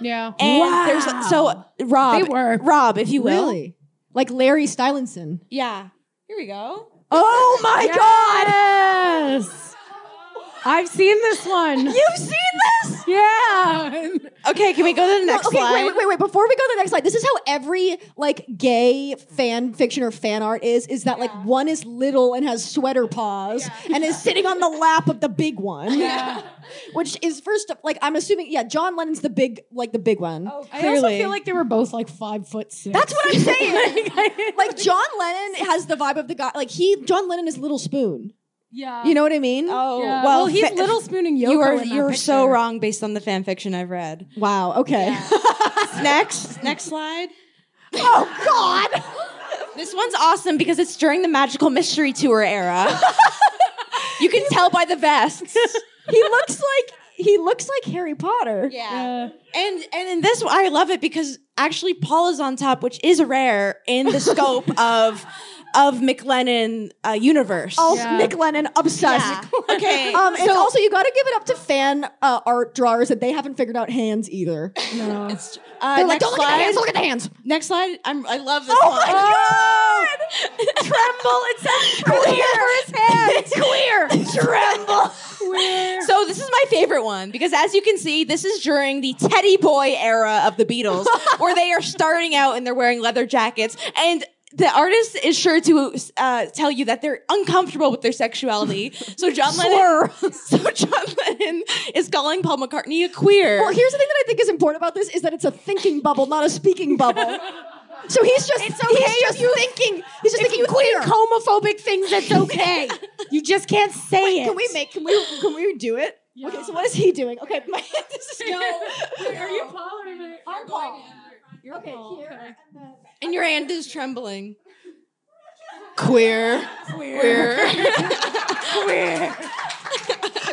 G: Yeah.
L: And there's so Rob,
G: They were.
L: Rob, if you will,
F: Really? Like Larry Stylinson.
L: yeah. Here we go.
F: Oh my God.
G: Yes. I've seen this one.
F: You've seen this?
G: yeah.
L: Okay, can we go to the next
F: okay,
L: slide?
F: wait, wait, wait, wait. Before we go to the next slide, this is how every like gay fan fiction or fan art is: is that like one is little and has sweater paws and is sitting on the lap of the big one, which is first of- like I'm assuming yeah, John Lennon's the big like the big one.
M: Oh,
G: I also feel like they were both like five foot six.
F: That's what I'm saying. like John Lennon has the vibe of the guy. Like he, John Lennon is Little Spoon.
G: yeah.
M: Uh,
F: You know what I mean?
L: Oh
G: Yeah.
L: well,
G: Well, he's
L: fa-
G: little spooning Yoko.
L: You are
G: in that
L: you're so
G: picture.
L: wrong based on the fan fiction I've read.
F: Wow. Okay.
L: next, next slide.
F: oh God.
L: This one's awesome because it's during the magical mystery tour era. you can tell by the vests.
F: he looks like he looks like Harry Potter.
G: Yeah.
L: And and in this one, I love it because actually Paul is on top, which is rare in the scope of of McLennan uh, universe.
F: Oh,
G: Yeah.
F: Nick Lennon obsessed.
L: okay.
F: Um, and also, you got to give it up to fan uh, art drawers that they haven't figured out hands either.
G: No.
L: Uh,
F: They're like,
L: next
F: don't look at the hands, look at the hands.
L: Next slide. I'm, I love this
F: Oh
L: one.
F: my
L: God! Tremble. It says queer. Queer. Tremble. So this is my favorite one because, as you can see, this is during the Teddy Boy era of the Beatles, where they are starting out and they're wearing leather jackets and. The artist is sure to uh, tell you that they're uncomfortable with their sexuality. So John Lennon, so John Lennon is calling Paul McCartney a queer.
F: Well, here's the thing that I think is important about this is that it's a thinking bubble, not a speaking bubble. So he's just he's just thinking he's just thinking queer.
K: homophobic things. That's okay. you just can't say it.
F: Can we make can we can we do it? Okay, so what is he doing? Okay, my, this is
G: Are you Paul or are you
F: I'm Paul. You're okay here.
L: Oh, And your hand is trembling. Queer. Queer.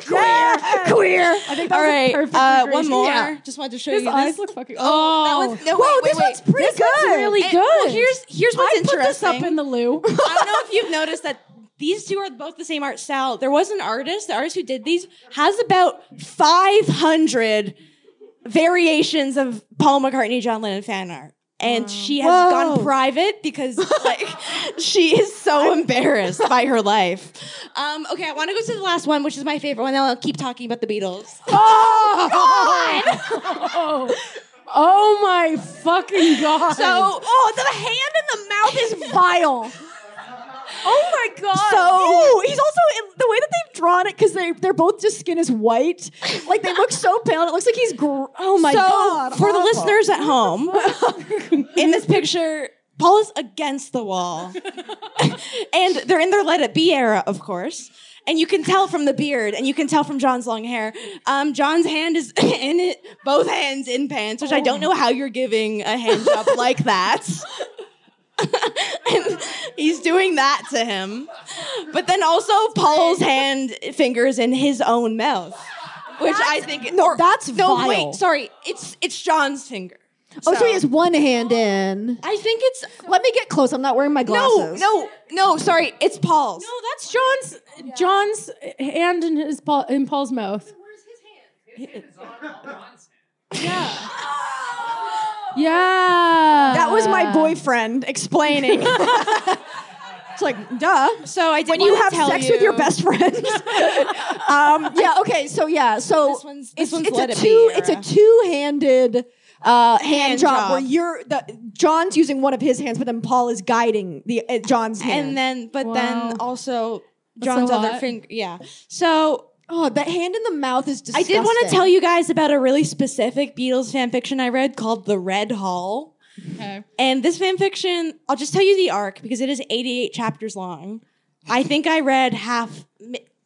F: Queer. I think that
L: All
F: was a
L: right.
F: perfect
L: Uh,
F: recreation.
L: one more.
F: Yeah.
L: Just wanted to show
G: His
L: you
G: eyes
L: this.
G: look fucking.
L: That
G: Oh,
L: one's, no,
F: Whoa,
L: wait,
F: this
L: wait, wait.
F: one's pretty
L: This one's
F: good.
L: really
F: And-
L: good.
F: well,
L: here's here's what's
G: I put this
L: interesting.
G: up in the loo.
L: I don't know if you've noticed that these two are both the same art style. There was an artist. The artist who did these has about 500 variations of Paul McCartney, John Lennon fan art. And she has gone private because like she is so embarrassed by her life. Um, okay, I want to go to the last one, which is my favorite one. Then I'll keep talking about the Beatles.
G: Oh. Oh my fucking god.
L: So, oh, the hand and the mouth is
F: vile.
L: Oh my god.
F: So he's also in the way that they've drawn it because they they're both just skin is white. Like they look so pale. And it looks like he's gr- oh my
L: so
F: god.
L: for the
F: awful.
L: listeners at home, in this picture, Paul is against the wall, and they're in their "Let It Be" era, of course. And you can tell from the beard, and you can tell from John's long hair. Um, John's hand is in it, both hands in pants, which I
F: Oh.
L: don't know how you're giving a hand job like that. and he's doing that to him, but then also Paul's hand fingers in his own mouth, which I think
F: no, that's
L: no,
F: vile.
L: wait, sorry. It's it's John's finger.
F: Oh, so he has one hand in.
L: I think it's.
F: Let me get close. I'm not wearing my
L: No,
F: glasses.
L: no, no. Sorry, it's Paul's.
G: No, oh, that's John's John's hand in his Paul, in Paul's mouth. Yeah. yeah.
K: That was
L: Uh.
K: my boyfriend explaining. it's like, duh.
L: So I did
K: when you
L: wanna
K: have
L: tell
K: sex with your
L: you-
K: best friend. um,
F: Yeah. Okay. So yeah. So
L: This one's- this
F: it's,
L: one's
F: it's
L: let
F: a
L: it be,
F: two.
L: or
F: It's
L: a-
F: a two-handed uh, hand,
L: Hand
F: job,
L: job.
F: where you're the John's using one of his hands, but then Paul is guiding the uh, John's hand.
L: and then, but
G: Wow.
L: then also
G: That's a
L: John's other
G: lot.
L: finger. Yeah. So
F: oh, that hand in the mouth is
L: I
F: disgusting.
L: did want to tell you guys about a really specific Beatles fan fiction I read called The Red Hall.
G: Okay.
L: And this fan fiction, I'll just tell you the arc because it is 88 chapters long. I think I read half.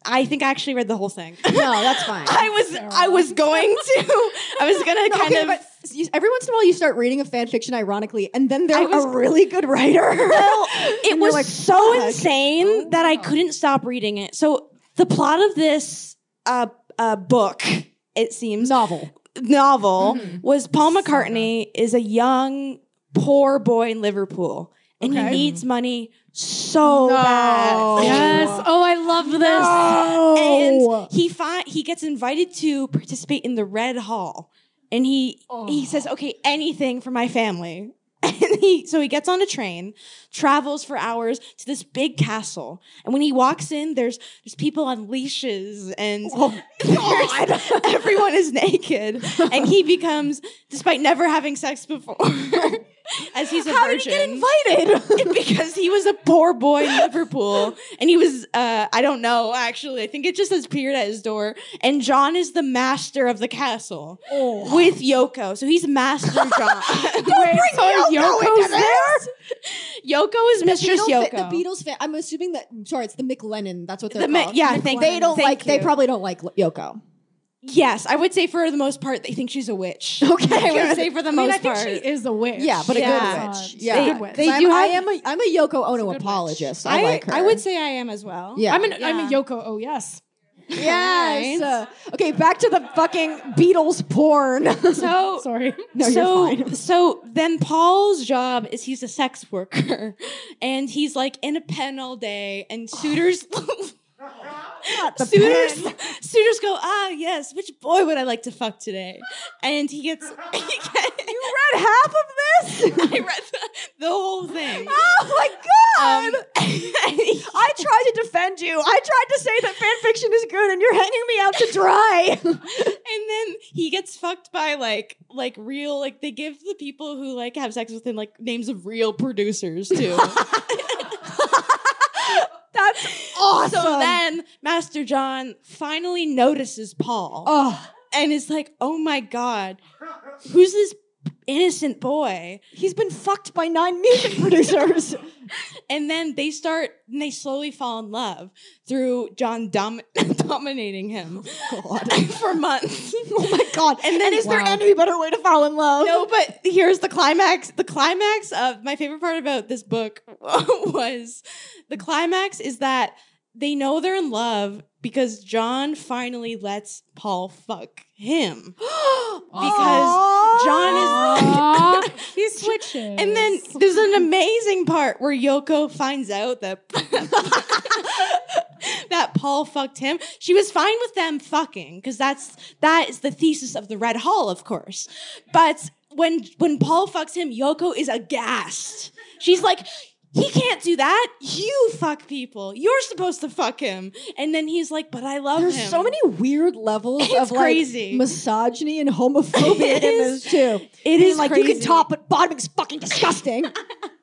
L: I think I actually read the whole thing.
F: No, that's fine.
L: I was I was going to I was gonna
F: No,
L: kind
F: okay,
L: of
F: but you- every once in a while you start reading a fan fiction ironically, and then they're
L: I was-
F: a really good writer.
L: Well, it
F: And you're
L: was
F: like,
L: so
F: "Fuck."
L: insane that I couldn't stop reading it. So the plot of this uh, uh, book, it seems,
F: Novel. Mm-hmm.
L: novel was Paul McCartney is a young poor boy in Liverpool, and
G: Okay.
L: he needs money so bad.
G: Yes. Oh, I love this.
L: And he fi- he gets invited to participate in the Red Hall, and he
F: Oh.
L: he says, "Okay, anything for my family." And he so he gets on a train, travels for hours to this big castle, and when he walks in, there's there's people on leashes and
F: Oh,
L: there's- everyone is naked, and he becomes, despite never having sex before. As he's a
F: How did he
L: virgin.
F: get invited?
L: because he was a poor boy in Liverpool, and he was uh, I don't know actually. I think it just says appeared at his door, and John is the master of the castle
F: Oh.
L: with Yoko, so he's master John.
G: so Yoko's there?
L: Yoko is Mistress
F: Beatles
L: Yoko.
F: fa- the Beatles fan. I'm assuming that. Sorry, it's the McLennan. That's what they're
L: The Mi-
F: called.
L: yeah, thank-
F: they don't
L: thank
F: like. They
L: you.
F: probably don't like Yoko.
L: yes, I would say for the most part they think she's a witch.
F: Okay,
L: I would
F: good.
L: say for the
G: I mean,
L: most
G: I think
L: part.
G: she is a witch.
F: Yeah, but
L: Yeah.
F: a good witch.
G: She's
F: Yeah,
G: a good witch.
L: They
F: I'm,
L: do
F: I
L: have-
F: am a I'm a Yoko Ono apologist. I, like her.
L: I would say I am as well.
F: Yeah.
G: I'm an I'm a
L: Yeah.
G: Yoko. Oh yes.
F: yes. Uh, okay, back to the fucking Beatles porn.
L: So
G: Sorry.
F: No,
L: so,
F: you're fine.
L: so then Paul's job is he's a sex worker, and he's like in a pen all day, and suitors, suitors, suitors go, ah, yes, which boy would I like to fuck today? And he gets, he gets you read half of this. I read the, the whole thing.
K: Oh my
L: Um,
K: god! I tried to defend you. I tried to say that fan fiction is good, and you're hanging me out to dry.
L: and then he gets fucked by like like real like they give the people who like have sex with him like names of real producers too.
K: That's
L: So
K: awesome.
L: then Master John finally notices Paul
K: oh,
L: and is like, "Oh my god, who's this innocent boy?"
K: he's been fucked by nine music producers.
L: And then they start and they slowly fall in love through John dom- dominating him for months.
K: oh my god!
L: And then-
K: is there
L: Wow.
K: any better way to fall in love?
L: No, but here's the climax. The climax of my favorite part about this book was the climax is that they know they're in love because John finally lets Paul fuck him. because John
G: Aw,
L: is
G: he switches.
L: And then there's an amazing part where Yoko finds out that that Paul fucked him. She was fine with them fucking because that's that is the thesis of the Red Hall, of course. But when when Paul fucks him, Yoko is aghast. She's like. He can't do that. You fuck people. You're supposed to fuck him. And then he's like, "But I love
F: There's
L: him."
F: so many weird levels
L: It's
F: of like
L: crazy.
F: misogyny and homophobia
L: It
F: in
L: is-
F: this too.
L: it
F: Being
L: is
F: like you can
L: crazy.
F: top, but bottoming's fucking disgusting.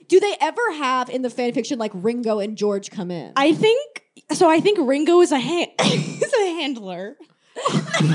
F: Do they ever have in the fan fiction like Ringo and George come in?
L: I think so. I think Ringo is a hand is a handler,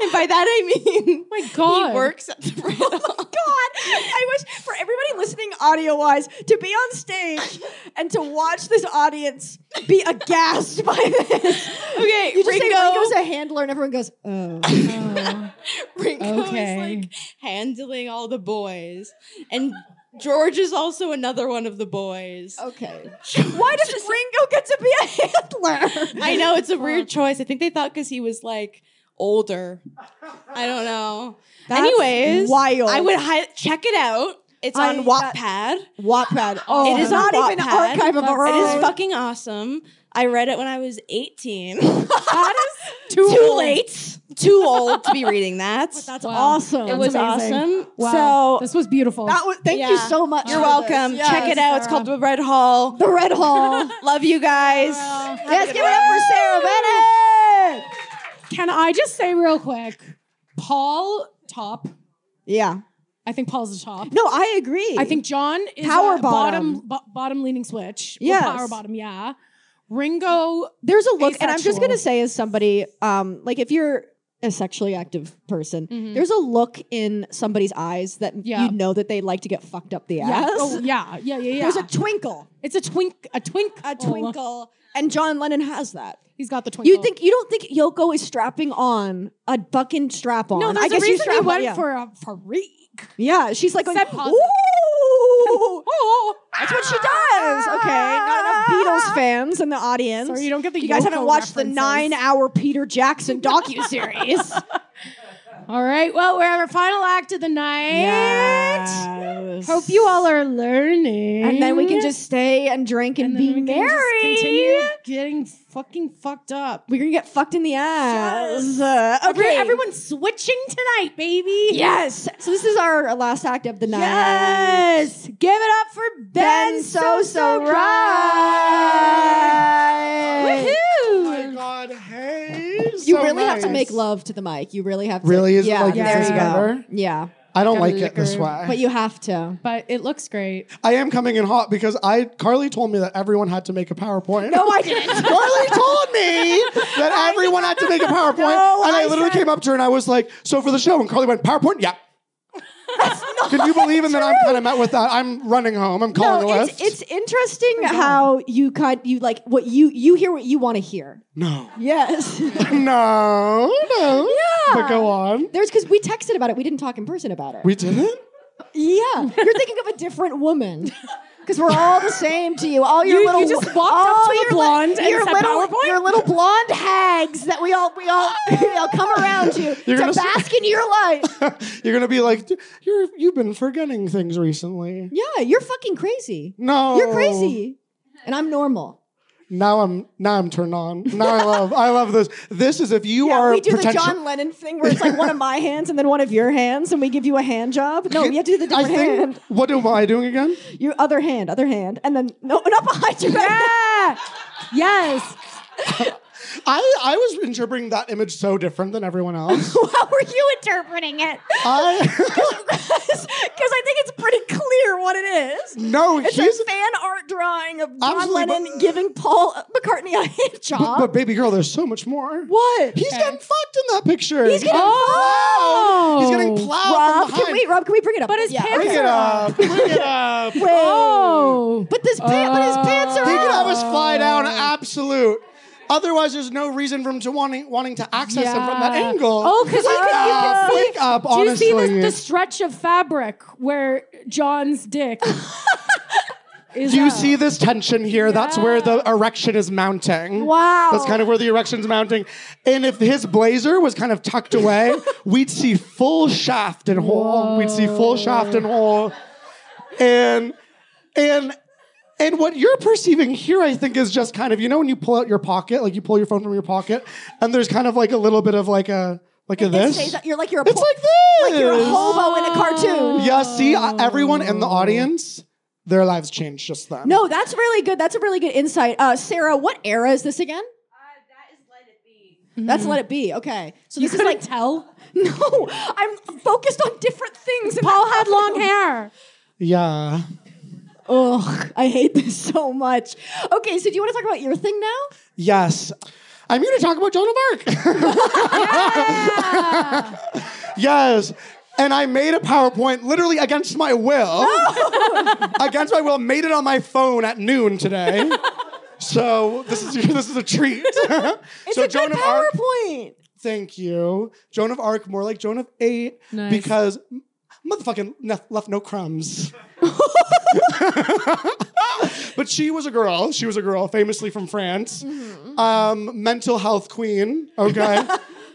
L: and by that I mean
G: my God.
L: he works at
F: Oh
L: the Red Hall.
K: God, I wish for everybody listening audio wise to be on stage and to watch this audience be aghast by this.
L: Okay,
F: you just
L: Ringo.
F: say Ringo's a handler, and everyone goes, "Oh,
L: Ringo
G: Okay.
L: is like handling all the boys, and George is also another one of the boys.
F: okay."
K: Why does Ringo get to be a handler?
L: I know it's a weird choice. I think they thought because he was like older. I don't know.
F: That's
L: Anyways,
F: wild.
L: I would hi- check it out. It's
F: I-
L: on
F: that-
L: Wattpad.
F: Wattpad. Oh,
L: it is
F: not
L: on
F: even an
L: Wattpad.
F: archive of our
L: It is
F: own.
L: fucking awesome. I read it when I was 18. that
F: is
L: too,
F: old.
L: late. Too old to be reading that. that's
F: awesome.
L: It was
F: That's amazing.
L: awesome.
F: Wow.
L: So
G: this was beautiful.
F: That was- thank you so much
L: You're
F: for this.
L: welcome.
F: Yes,
L: Check it out. It's
F: Sarah.
L: called The Red Hall. The
F: Red Hall.
L: Love you guys.
F: Yes, give it up for Sarah Bennett.
G: Can I just say real quick, Paul top?
F: Yeah.
G: I think Paul's a top.
F: No, I agree.
G: I think John is
F: Power
G: a
F: bottom.
G: bottom bo- bottom leaning switch. Well,
F: Yes.
G: power bottom. Yeah, Ringo.
F: There's a look, and I'm just
G: asexual.
F: gonna say, as somebody, um, like if you're a sexually active person,
G: Mhm.
F: there's a look in somebody's eyes that
G: Yeah.
F: you know that they like to get fucked up the ass.
G: Yeah. Oh, yeah. Yeah. Yeah. Yeah.
F: There's a twinkle.
G: It's a twink. A twink. A
F: twinkle. And John Lennon has that.
G: He's got the twinkle.
F: You think you don't think Yoko is strapping on a fucking strap on?
G: No, there's
F: I guess
G: a
F: you
G: reason
F: strap
G: he went
F: on, yeah.
G: for a freak.
F: Yeah, she's like, going,
G: Said positive.
F: ooh,
G: oh,
F: that's what she does. Okay, not enough Beatles fans in the audience.
G: Sorry, you don't get the
F: You guys
G: Yoko
F: haven't watched the
G: references.
F: nine-hour Peter Jackson docu series.
G: All right. Well, we're at our final act of the night. Hope you all are learning.
F: and then we can just stay and drink and, be
G: we can just
F: merry.
G: continue getting fucking fucked up.
F: We're gonna get fucked in the ass. Uh,
G: Every-
F: okay,
G: everyone's switching tonight, baby.
F: Yes. So this is our last act of the night.
G: Yes.
F: Give it up for Ben, So So Right.
M: My God, hey.
F: You
M: so
F: really have to
M: nice.
F: make love to the mic. You really have to.
M: Really? Is it
F: yeah,
M: like
F: there
M: this
F: you
M: is better?
F: go. Yeah.
M: I don't like it this way.
F: But you have to.
G: But it looks great.
M: I am coming in hot because I Carly told me that everyone had to make a PowerPoint.
F: No, Oh, I didn't.
M: Carly told me that everyone had to make a PowerPoint,
F: No,
M: and I,
F: I
M: literally
F: said-
M: came up to her and I was like, "So for the show?" And Carly went, "PowerPoint, yeah." Can you believe? And then I'm kind of met with that. I'm running home. I'm calling a
F: no,
M: lift.
F: it's, it's interesting how you kind you like what you you hear what you want to hear.
M: no,
F: Yes.
M: no, no.
F: Yeah.
M: But go on.
F: There's because we texted about it. We didn't talk in person about it.
M: We didn't.
F: yeah. You're thinking of a different woman. Because we're all the same to you. All your
G: You-
F: little
G: you just walked up
F: all
G: to a
F: your li-
G: blonde and
F: your
G: said
F: little,
G: PowerPoint?
F: your little blonde hags that we all we all we all come around you to
M: You're gonna s-
F: bask in your light.
M: You're gonna be like, you're you've been forgetting things recently.
F: Yeah, you're fucking crazy.
M: No,
F: You're crazy. And I'm normal.
M: Oh. Now I'm now I'm turned on. Now I love I love this. This is if you are
F: we do
M: potential.
F: the John Lennon thing where it's like one of my hands and then one of your hands and we give you a hand job. No, you have to do the
M: I
F: different
M: think.
F: hand.
M: What am I doing again?
F: Your other hand, other hand, and then no, not behind you. Yeah. yes.
M: I I was interpreting that image so different than everyone else.
F: How were you interpreting it?
M: I
F: Because I think it's pretty clear what it is.
M: no,
F: It's
M: he's
F: a fan art drawing of John
M: Absolutely,
F: Lennon
M: but-
F: giving Paul McCartney a hand
M: but,
F: job.
M: but baby girl, there's so much more.
F: what?
M: He's getting fucked in that picture.
F: He's getting
M: plowed. He's getting plowed
F: Rob,
M: from
F: can
M: behind.
F: we? Rob, can we bring it up? But his
M: Bring it up. Bring it up.
F: Wait.
G: Oh.
F: But this pant, but his pants are
M: He could
F: up.
M: have us fly down absolute. Otherwise, there's no reason for him to wanting wanting to access him from that
G: Yeah.
M: angle.
G: Oh, because you can, you can
M: Ah,
G: see.
M: wake up,
G: do you
M: honestly.
G: see the, the stretch of fabric where John's dick is?
M: Do you
G: out?
M: see this tension here? That's where the erection is mounting.
F: Wow.
M: That's kind of where the erection's mounting. And if his blazer was kind of tucked away, we'd see full shaft and hole. We'd see full shaft and hole. And and and what you're perceiving here, I think, is just kind of, you know, when you pull out your pocket, like you pull your phone from your pocket, and there's kind of like a little bit of like a like a
F: It
M: this.
F: stays up- You're like you're a
M: It's
F: po-
M: like this.
F: like you're a hobo in a cartoon.
M: Yeah, see, I- everyone in the audience, their lives changed just then.
F: No, that's really good. That's a really good insight. Uh, Sarah, what era is this again?
G: Uh,
F: That's Let It Be. Okay. So
G: You
F: this is like
G: couldn't tell.
F: no, I'm focused on different things.
G: Paul had long hair.
M: Yeah.
F: Ugh, I hate this so much. Okay, so do you want to talk about your thing now?
M: Yes. I'm here to talk about Joan of Arc. yes. And I made a PowerPoint literally against my will. against my will, made it on my phone at noon today. so this is this is a treat.
F: It's
M: so
F: a
M: Joan
F: good
M: of Arc.
F: PowerPoint.
M: Thank you. Joan of Arc, more like Joan of Eight,
G: Nice.
M: because motherfucking left, left no crumbs. but she was a girl. She
G: Mm-hmm.
M: was a girl, famously from France. Um, mental health queen. Okay.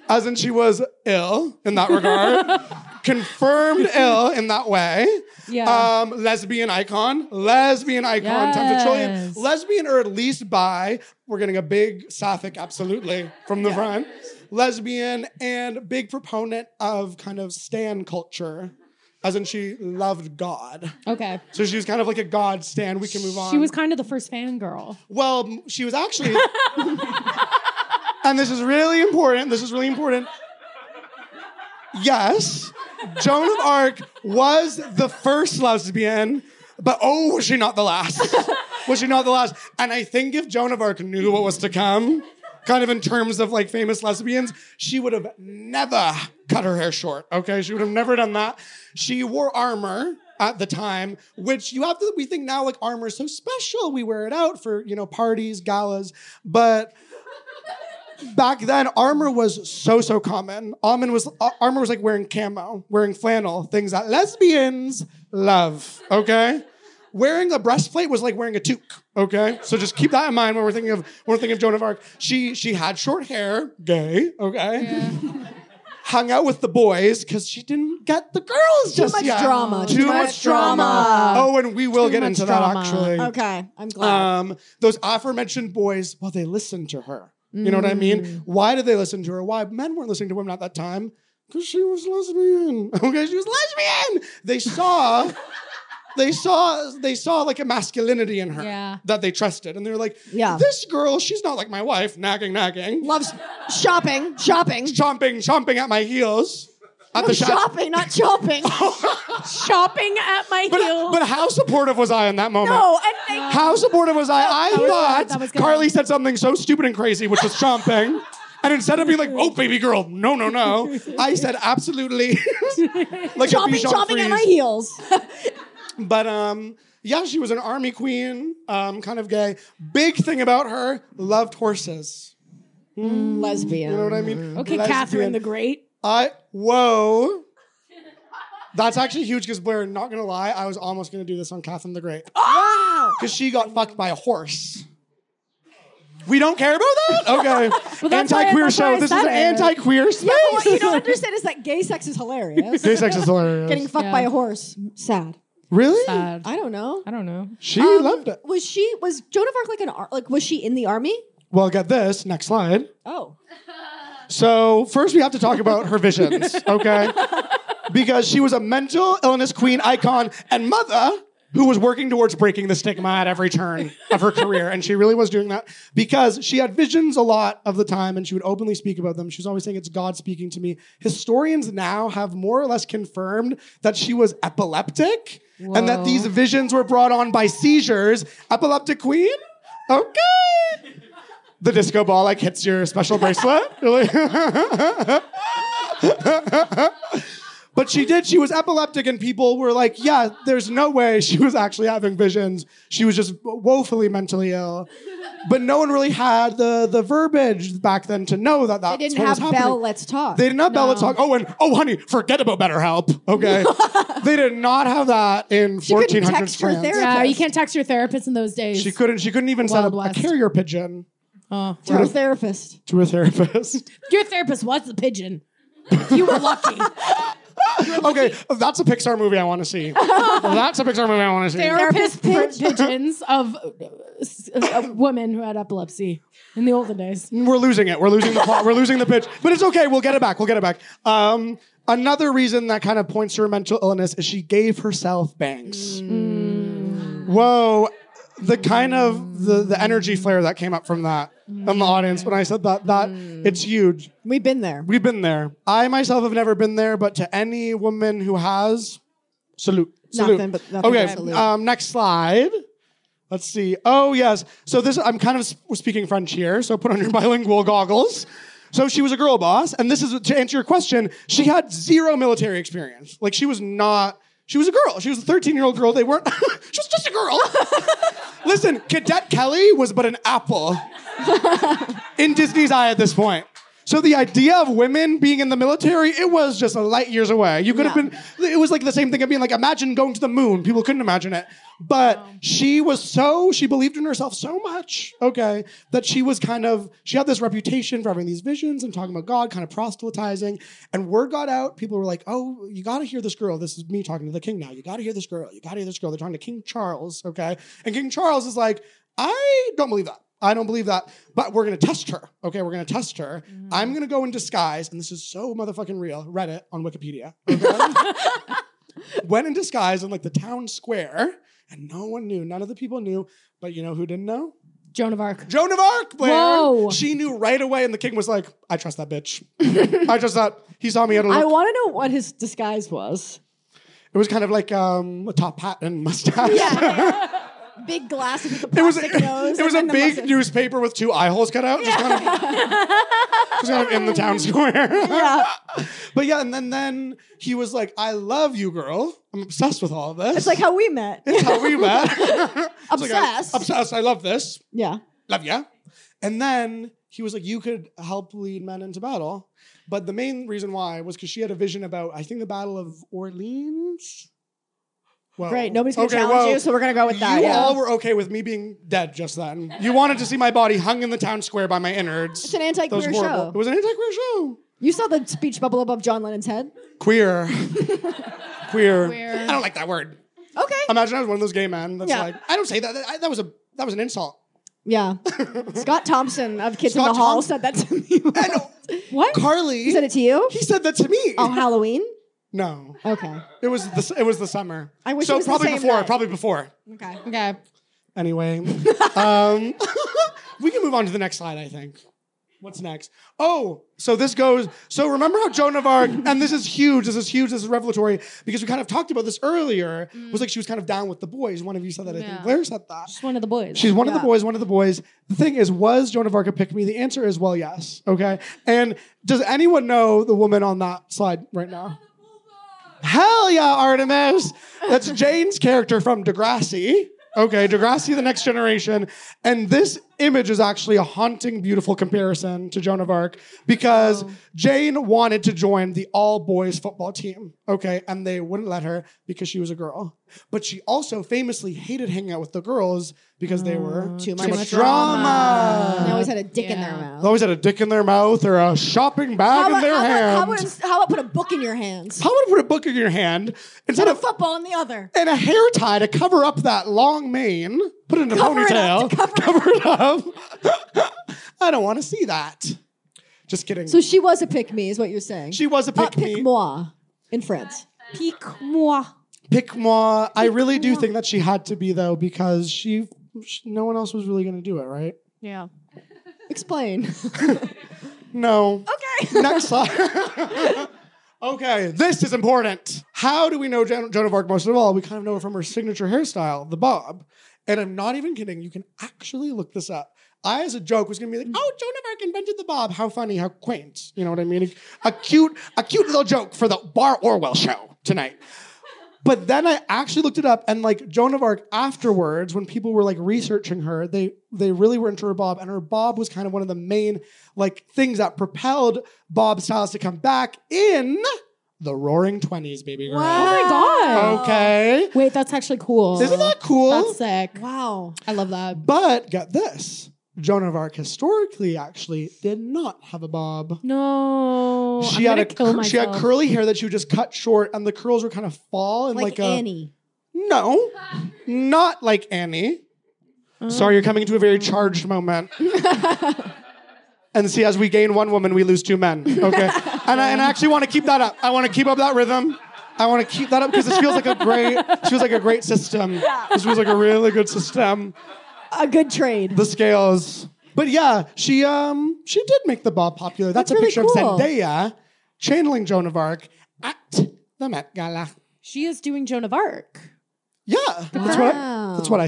M: as in she was ill in that regard. Confirmed ill in that way.
K: Yeah.
M: Um, lesbian icon, lesbian icon, times a trillion.
K: Yes.
M: Lesbian or at least bi. We're getting a big sapphic, absolutely, from the front. Lesbian and big proponent of kind of stan culture, as in she loved God.
G: Okay.
M: So she was kind of like a God stan. We can move on.
G: She was kind of the first fangirl.
M: Well, m- she was actually. and this is really important. This is really important. Yes, Joan of Arc was the first lesbian, but oh, was she not the last? was she not the last? And I think if Joan of Arc knew what was to come, kind of in terms of like famous lesbians, she would have never cut her hair short, okay? She would have never done that. She wore armor at the time, which you have to, we think now like armor is so special. We wear it out for, you know, parties, galas, but back then armor was so so common Almond was uh, armor was like wearing camo wearing flannel things that lesbians love okay wearing a breastplate was like wearing a toque okay so just keep that in mind when we're thinking of when we're thinking of joan of arc she she had short hair gay okay hung out with the boys because she didn't get the girls
K: Too
M: just
K: much
M: yet.
K: drama, too much drama.
M: oh and we will
K: Too
M: get
K: much
M: into
K: drama.
M: that actually
K: Okay, I'm glad.
M: um, those aforementioned boys, well, they listened to her. You know what I
K: Mm.
M: mean? Why did they listen to her? Why men weren't listening to women at that time? Because she was lesbian. Okay, she was lesbian. They saw, they saw, they saw like a masculinity in her
K: Yeah.
M: that they trusted, and they were like,
K: Yeah.
M: this girl, she's not like my wife, nagging, nagging,
K: loves shopping, shopping,
M: chomping, chomping at my heels." At
K: No,
M: the shop.
K: shopping, not chopping. shopping at my
M: But,
K: heels.
M: but how supportive was I in that moment?
K: No, and they-
G: Uh,
M: how supportive was I? I
K: that was
M: thought
K: good, that was good.
M: Carly said something so stupid and crazy, which was chomping. And instead of being like, "Oh, baby girl, no, no, no," I said, "Ah, "Absolutely." like
K: chopping,
M: a Bichon
K: chopping at my
M: Frise.
K: heels.
M: But um, yeah, she was an army queen, um, kind of gay. Big thing about her, loved horses.
K: Lesbian.
M: You know what I mean?
G: Okay,
M: Lesbian.
G: Catherine the Great.
M: I whoa. That's actually huge because Blair, not gonna lie, I was almost gonna do this on Catherine the Great.
K: Wow.
M: Because she got fucked by a horse. We don't care about that? Okay.
K: Well, that's why-
M: anti queer
K: that's why
M: show.
K: I
M: This is
K: said
M: an
K: it.
M: anti queer space.
K: Yeah, but what you don't understand is that gay sex is hilarious.
M: Gay sex is hilarious.
K: Getting fucked by a horse, sad.
M: Really?
K: I don't know.
G: I don't know.
M: She loved it.
K: Was she? Was Joan of Arc like an ar- like? Was she in the army?
M: Well, get this. Next slide.
K: Oh,
M: So first we have to talk about her visions, okay? because she was a mental illness queen icon and mother who was working towards breaking the stigma at every turn of her career. And she really was doing that because she had visions a lot of the time and she would openly speak about them. She was always saying, It's God speaking to me. Historians now have more or less confirmed that she was epileptic and that these visions were brought on by seizures. Epileptic queen? Okay. The disco ball like hits your special bracelet. You're like, But she did. She was epileptic, and people were like, "Yeah, there's no way she was actually having visions. She was just woefully mentally ill." But no one really had the the verbiage back then to know that that's
K: they didn't
M: what
K: have
M: was happening.
K: Bell. Let's talk.
M: They did not Bella talk. Oh, and oh, honey, forget about BetterHelp. Okay, they did not have that in
G: She couldn't
M: 1400s
G: text
M: France.
G: Yeah, you can't text your therapist in those days.
M: She couldn't. She couldn't even set up a carrier pigeon
G: Oh,
M: To her
K: therapist.
M: to a therapist.
G: Your therapist was the pigeon. You were lucky.
M: okay, that's a Pixar movie I want to see. that's a Pixar movie I want to see.
G: therapist pi- pigeons of uh, s- of women who had epilepsy in the olden days.
M: We're losing it. We're losing the plot. We're losing the pitch. But it's okay. We'll get it back. We'll get it back. Um, another reason that kind of points to her mental illness is she gave herself bangs.
G: Mm.
M: Whoa. The kind of the, the energy flare that came up from that in the audience when I said that that
G: Mm.
M: it's huge.
K: We've been there.
M: We've been there. I myself have never been there, but to any woman who has, salute. salute.
K: Nothing but- nothing
M: okay.
K: but salute.
M: Um, next slide. Let's see. Oh yes. So this I'm kind of sp- speaking French here. So put on your bilingual goggles. So she was a girl boss, and this is to answer your question. She had zero military experience. Like she was not. She was a girl. She was a 13 year old girl. They weren't. she was just a girl. Listen, Cadet Kelly was but an apple in Disney's eye at this point. So the idea of women being in the military, it was just a light years away. You could have been. It was like the same thing of being like, imagine going to the moon. People couldn't imagine it. But she was so she believed in herself so much, okay, that she was kind of she had this reputation for having these visions and talking about God, kind of proselytizing. And word got out. People were like, oh, you got to hear this girl. This is me talking to the king now. You got to hear this girl. You got to hear this girl. They're talking to King Charles, okay, and King Charles is like, I don't believe that. I don't believe that. But we're gonna test her. Okay, we're gonna test her. I'm gonna go in disguise, and this is so motherfucking real. Reddit on Wikipedia. okay? Went in disguise in like the town square, and no one knew. None of the people knew. But you know who didn't know?
G: Joan of Arc.
M: Joan of Arc, Blair.
G: Whoa.
M: She knew right away, and the king was like, "I trust that bitch. I trust that." He saw me at a
K: I
M: look.
K: want to know what his disguise was.
M: it was kind of like um, a top hat and mustache.
K: Big glasses with the
M: It was
K: plastic nose.
M: it was a
K: and then the
M: big newspaper with two eye holes cut out, just kind of just kind of in the town square.
K: Yeah.
M: but yeah, and then then he was like, "I love you, girl. I'm obsessed with all of this.
K: It's like how we met.
M: it's how we met. It's like, I-
K: Obsessed.
M: obsessed. I love this.
K: yeah.
M: Love ya." And then he was like, "You could help lead men into battle." But the main reason why was because she had a vision about, I think, the Battle of Orleans. Whoa.
K: Great. Nobody's gonna
M: Okay,
K: challenge
M: whoa.
K: you, so we're gonna go with that.
M: You
K: yeah.
M: all were okay with me being dead just then. You wanted to see my body hung in the town square by my innards.
K: It's an anti-queer
M: That was horrible.
K: show.
M: It was an anti-queer show.
K: you saw the speech bubble above John Lennon's head.
M: Queer. queer.
K: Queer.
M: I don't like that word.
K: Okay.
M: Imagine I was one of those gay men that's
K: Yeah.
M: like, I don't say that. That, I- that was a that was an insult.
K: Yeah. Scott Thompson of Kids in
M: Scott
K: the Hall said that to me. What?
M: Carly.
K: He said it to you?
M: He said that to me.
K: Oh, Halloween?
M: No.
K: Okay.
M: It was the it was the summer.
K: I wish
M: so
K: it was the
M: probably
K: same
M: before,
K: night.
M: probably before.
K: Okay.
G: Okay.
M: Anyway, um, we can move on to the next slide, I think. What's next? Oh, so this goes. So remember how Joan of Arc, and this is huge, this is huge, this is revelatory, because we kind of talked about this earlier, was like she was kind of down with the boys. One of you said that, I think Blair said that.
G: Mm. She's one of the boys.
M: She's one of the boys, one of the boys. The thing is, was Joan of Arc a pick me? The answer is, well, yes. Okay. And does anyone know the woman on that slide right now? Hell yeah, Artemis. That's Jane's character from Degrassi. Okay, Degrassi, the next generation. And this image is actually a haunting, beautiful comparison to Joan of Arc because Jane wanted to join the all boys football team. Okay, and they wouldn't let her because she was a girl. But she also famously hated hanging out with the girls because they were too much, drama.
K: They always had a dick in their mouth.
M: They always had a dick in their mouth or a shopping bag in their
K: how,
M: hand.
K: About, how, about, how about put a book in your hands?
M: How would put a book in your hand instead
K: and a
M: of
K: football in the other.
M: and a hair tie to cover up that long mane? Put it in a
K: Cover it
M: ponytail.
K: up,
M: cover it up. I don't want to see that. Just kidding.
K: So she was a pick me, is what you're saying.
M: She was a
K: Uh,
M: pick me.
K: moi in French.
L: Pique moi.
M: Pick moi. I really do think that she had to be though because she, she no one else was really going to do it, right?
K: Yeah. Explain.
M: No. Okay. Next slide. okay, this is important. How do we know Joan Joan of Arc most of all? We kind of know her from her signature hairstyle, the bob. And I'm not even kidding. You can actually look this up. I, as a joke, was gonna be like, "Oh, Joan of Arc invented the bob. How funny! How quaint! You know what I mean? A cute, a cute little joke for the Bar Orwell show tonight." But then I actually looked it up, and like Joan of Arc afterwards, when people were like researching her, they they really were into her bob, and her bob was kind of one of the main like things that propelled Bob Styles to come back in the Roaring Twenties, baby girl.
G: Oh my god.
M: Okay,
G: Wait, that's actually cool.
M: isn't that cool?
G: That's sick.
K: wow.
G: I love that.
M: but get this, Joan of Arc historically actually did not have a bob.
G: No.
M: She
G: I'm
M: had a
G: gonna kill
M: cur- she had
G: myself.
M: curly hair that she would just cut short, and the curls were kind of fall and
K: Like,
M: like, a
K: Annie.
M: no, not like Annie. Sorry, you're coming into a very charged moment. and see, as we gain one woman, we lose two men. Okay, and I, and I actually want to keep that up. I want to keep up that rhythm. I want to keep that up because this feels like a great. This feels like a great system. This feels like a really good system.
K: A good trade.
M: The scales. But yeah, she um she did make the bob popular. That's,
K: That's really
M: a picture
K: cool.
M: of Zendaya channeling Joan of Arc at the Met Gala.
G: She is doing Joan of Arc.
M: Yeah, that's what I,
K: Wow.
M: that's what I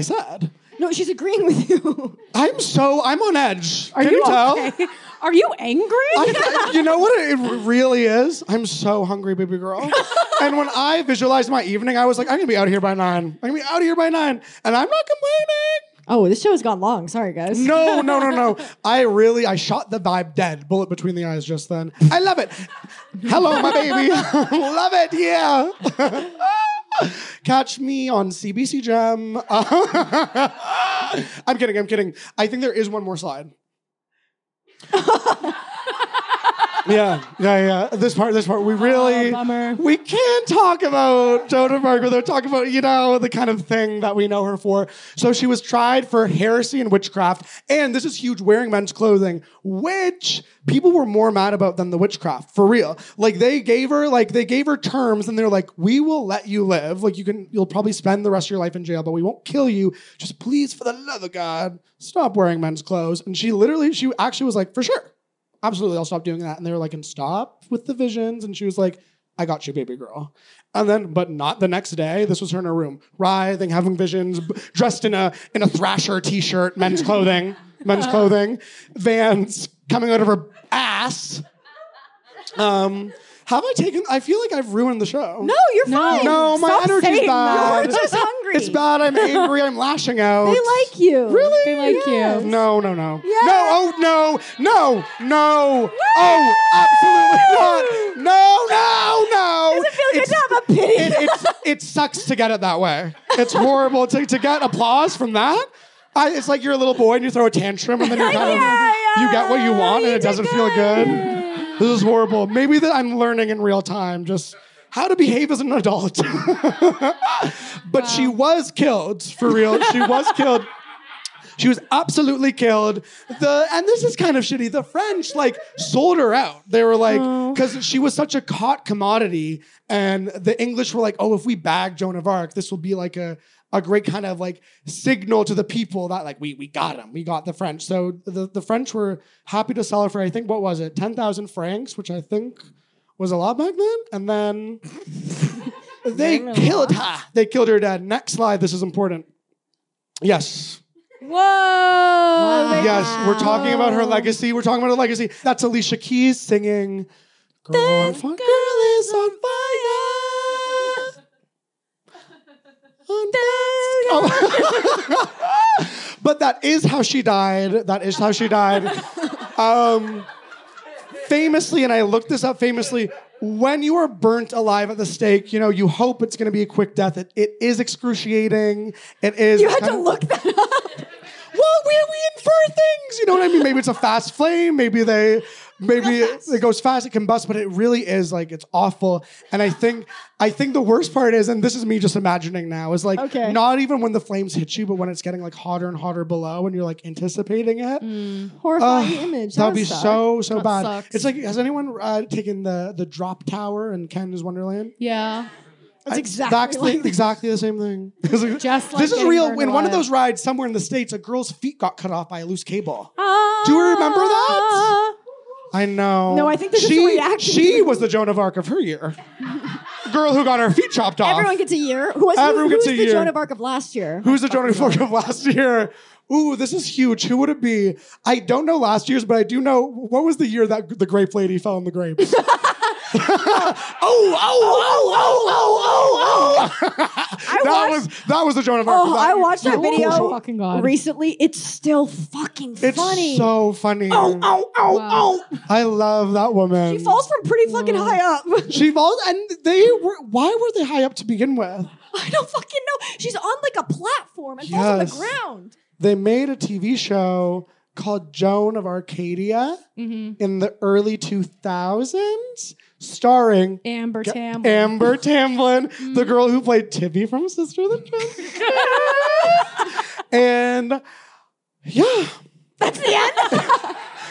K: Ah.
M: said.
K: No, she's agreeing with you.
M: I'm so I'm on edge.
G: Are
M: Can
G: you,
M: you, tell?
G: okay? Are you angry?
M: I- I- you know what it really is? I'm so hungry, baby girl. and when I visualized my evening, I was like, I'm gonna be out of here by nine. I'm gonna be out of here by nine, and I'm not complaining.
F: Oh, this show has gone long. Sorry, guys.
M: No, no, no, no. I really, I shot the vibe dead. Bullet between the eyes just then. I love it. Hello, my baby. love it. Yeah. Catch me on CBC Gem. I'm kidding. I'm kidding. I think there is one more slide. yeah, yeah, yeah. This part, this part, we really, we can talk about Joan of Arc without talking about, you know, the kind of thing that we know her for. So she was tried for heresy and witchcraft, and this is huge, wearing men's clothing, which people were more mad about than the witchcraft, for real. Like they gave her, like they gave her terms, and they're like, we will let you live. Like you can, you'll probably spend the rest of your life in jail, but we won't kill you. Just please, for the love of God, stop wearing men's clothes. And she literally, she actually was like, for sure absolutely i'll stop doing that and they were like and stop with the visions and she was like i got you baby girl and then but not the next day this was her in her room writhing having visions b- dressed in a in a thrasher t-shirt men's clothing men's clothing vans coming out of her ass um have I taken? I feel like I've ruined the show.
F: No, you're No. fine.
M: No, my
F: Stop
M: energy's
F: saying
M: bad.
F: that. You're just hungry.
M: It's bad. I'm angry. I'm lashing out.
F: They like you.
M: Really?
F: They like you.
M: No, no, no. No, oh, no, no, no. Oh, absolutely not. No, no, no. Does it feel good to have a pity? It, it's, it sucks to get it that way. It's horrible to, to get applause from that. I, it's like you're a little boy and you throw a tantrum and then you're kind of, you get what you want and it doesn't feel good. This is horrible. Maybe that I'm learning in real time just how to behave as an adult. but she was killed for real. She was killed. She was absolutely killed. The and this is kind of shitty. The French like sold her out. They were like, because she was such a caught commodity, and the English were like, oh, if we bag Joan of Arc, this will be like a a great kind of like signal to the people that like we we got him, we got the French. So the the French were happy to sell her for I think what was it, ten thousand francs, which I think was a lot back then, and then. They killed her. They killed her dad. Next slide. This is important. Yes.
L: Whoa! Wow.
M: Yes, we're talking about her legacy. We're talking about her legacy. That's Alicia Keys singing. Girl, fuck- girl is on fire. On fire. Oh. but that is how she died. That is how she died. Um, famously, and I looked this up famously, when you are burnt alive at the stake, you know, you hope it's going to be a quick death. It, it is excruciating. It is.
K: You had to
M: look that up. Well, we, we infer things. You know what I mean? Maybe it's a fast flame. Maybe they. Maybe it, it goes fast, it combusts, but it really is like it's awful. And I think I think the worst part is, and this is me just imagining now, is like
F: Okay.
M: not even when the flames hit you, but when it's getting like hotter and hotter below, and you're like anticipating it.
F: Horrifying
M: Ugh,
F: image.
M: That would
F: would
M: Oh, be so so
F: Mm. That
M: bad.
F: sucks.
M: It's like has anyone uh, taken the the drop tower in Canada's Wonderland?
F: Yeah. That's
M: I-
F: exactly
M: the-
F: like-
M: exactly the same thing. Just
F: like
M: this is
F: getting
M: real.
F: burned
M: In one of
F: alive.
M: those rides, somewhere in the states, a girl's feet got cut off by a loose cable. Do you remember
G: Ah.
M: that? I know.
F: Um, No, I think there's just
M: she
F: a reaction
M: she was the Joan of Arc of her year. Girl who got her feet chopped off.
F: Everyone gets a year. Who was,
M: Everyone
F: who, who
M: gets
F: was
M: a
F: the
M: year.
F: Joan of Arc of last year?
M: Who's the Joan of Arc of last year? Ooh, this is huge. Who would it be? I don't know last year's, but I do know what was the year that the grape lady fell in the grapes. oh, oh, oh, oh, oh, oh, oh. that was that was the Joan of Arc.
F: Oh,
M: That-
F: I watched that
M: Cool
F: video
M: show.
F: recently. It's still fucking
M: It's
F: funny.
M: so funny.
F: Oh, oh, oh, oh.
M: I love that woman.
F: She falls from pretty fucking high up.
M: She falls, and they were. Why were they high up to begin with?
F: I don't fucking know. She's on like a platform and
M: Yes.
F: falls on the ground.
M: They made a TV show called Joan of Arcadia
F: Mm-hmm.
M: in the early 2000s, starring
G: Amber
M: Ga-
G: Tamblyn. Mm.
M: Amber Tamblyn, the girl who played Tibby from Sister the Dress. and yeah,
K: That's the end.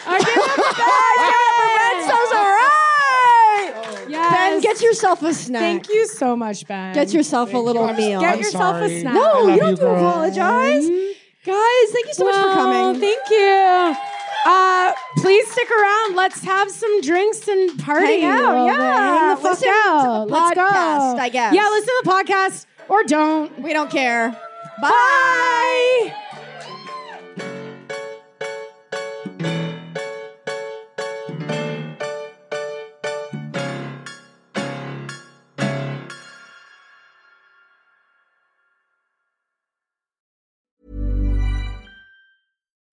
F: I give it back. So's all right. Ben, get yourself a snack.
G: Thank you so much, Ben.
F: Get yourself a little meal.
G: Get yourself a snack.
F: No, you don't have to apologize. Guys, thank you so much for
G: Well,
F: coming.
G: Thank you. Uh, please stick around. Let's have some drinks and party.
F: Hang out,
G: a little
F: yeah.
G: bit. Hang the fuck
F: Listen to the
G: out. Let's go.
F: podcast, I guess.
G: Yeah, listen to the podcast or don't.
F: We don't care. Bye.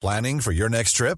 N: Planning for your next trip?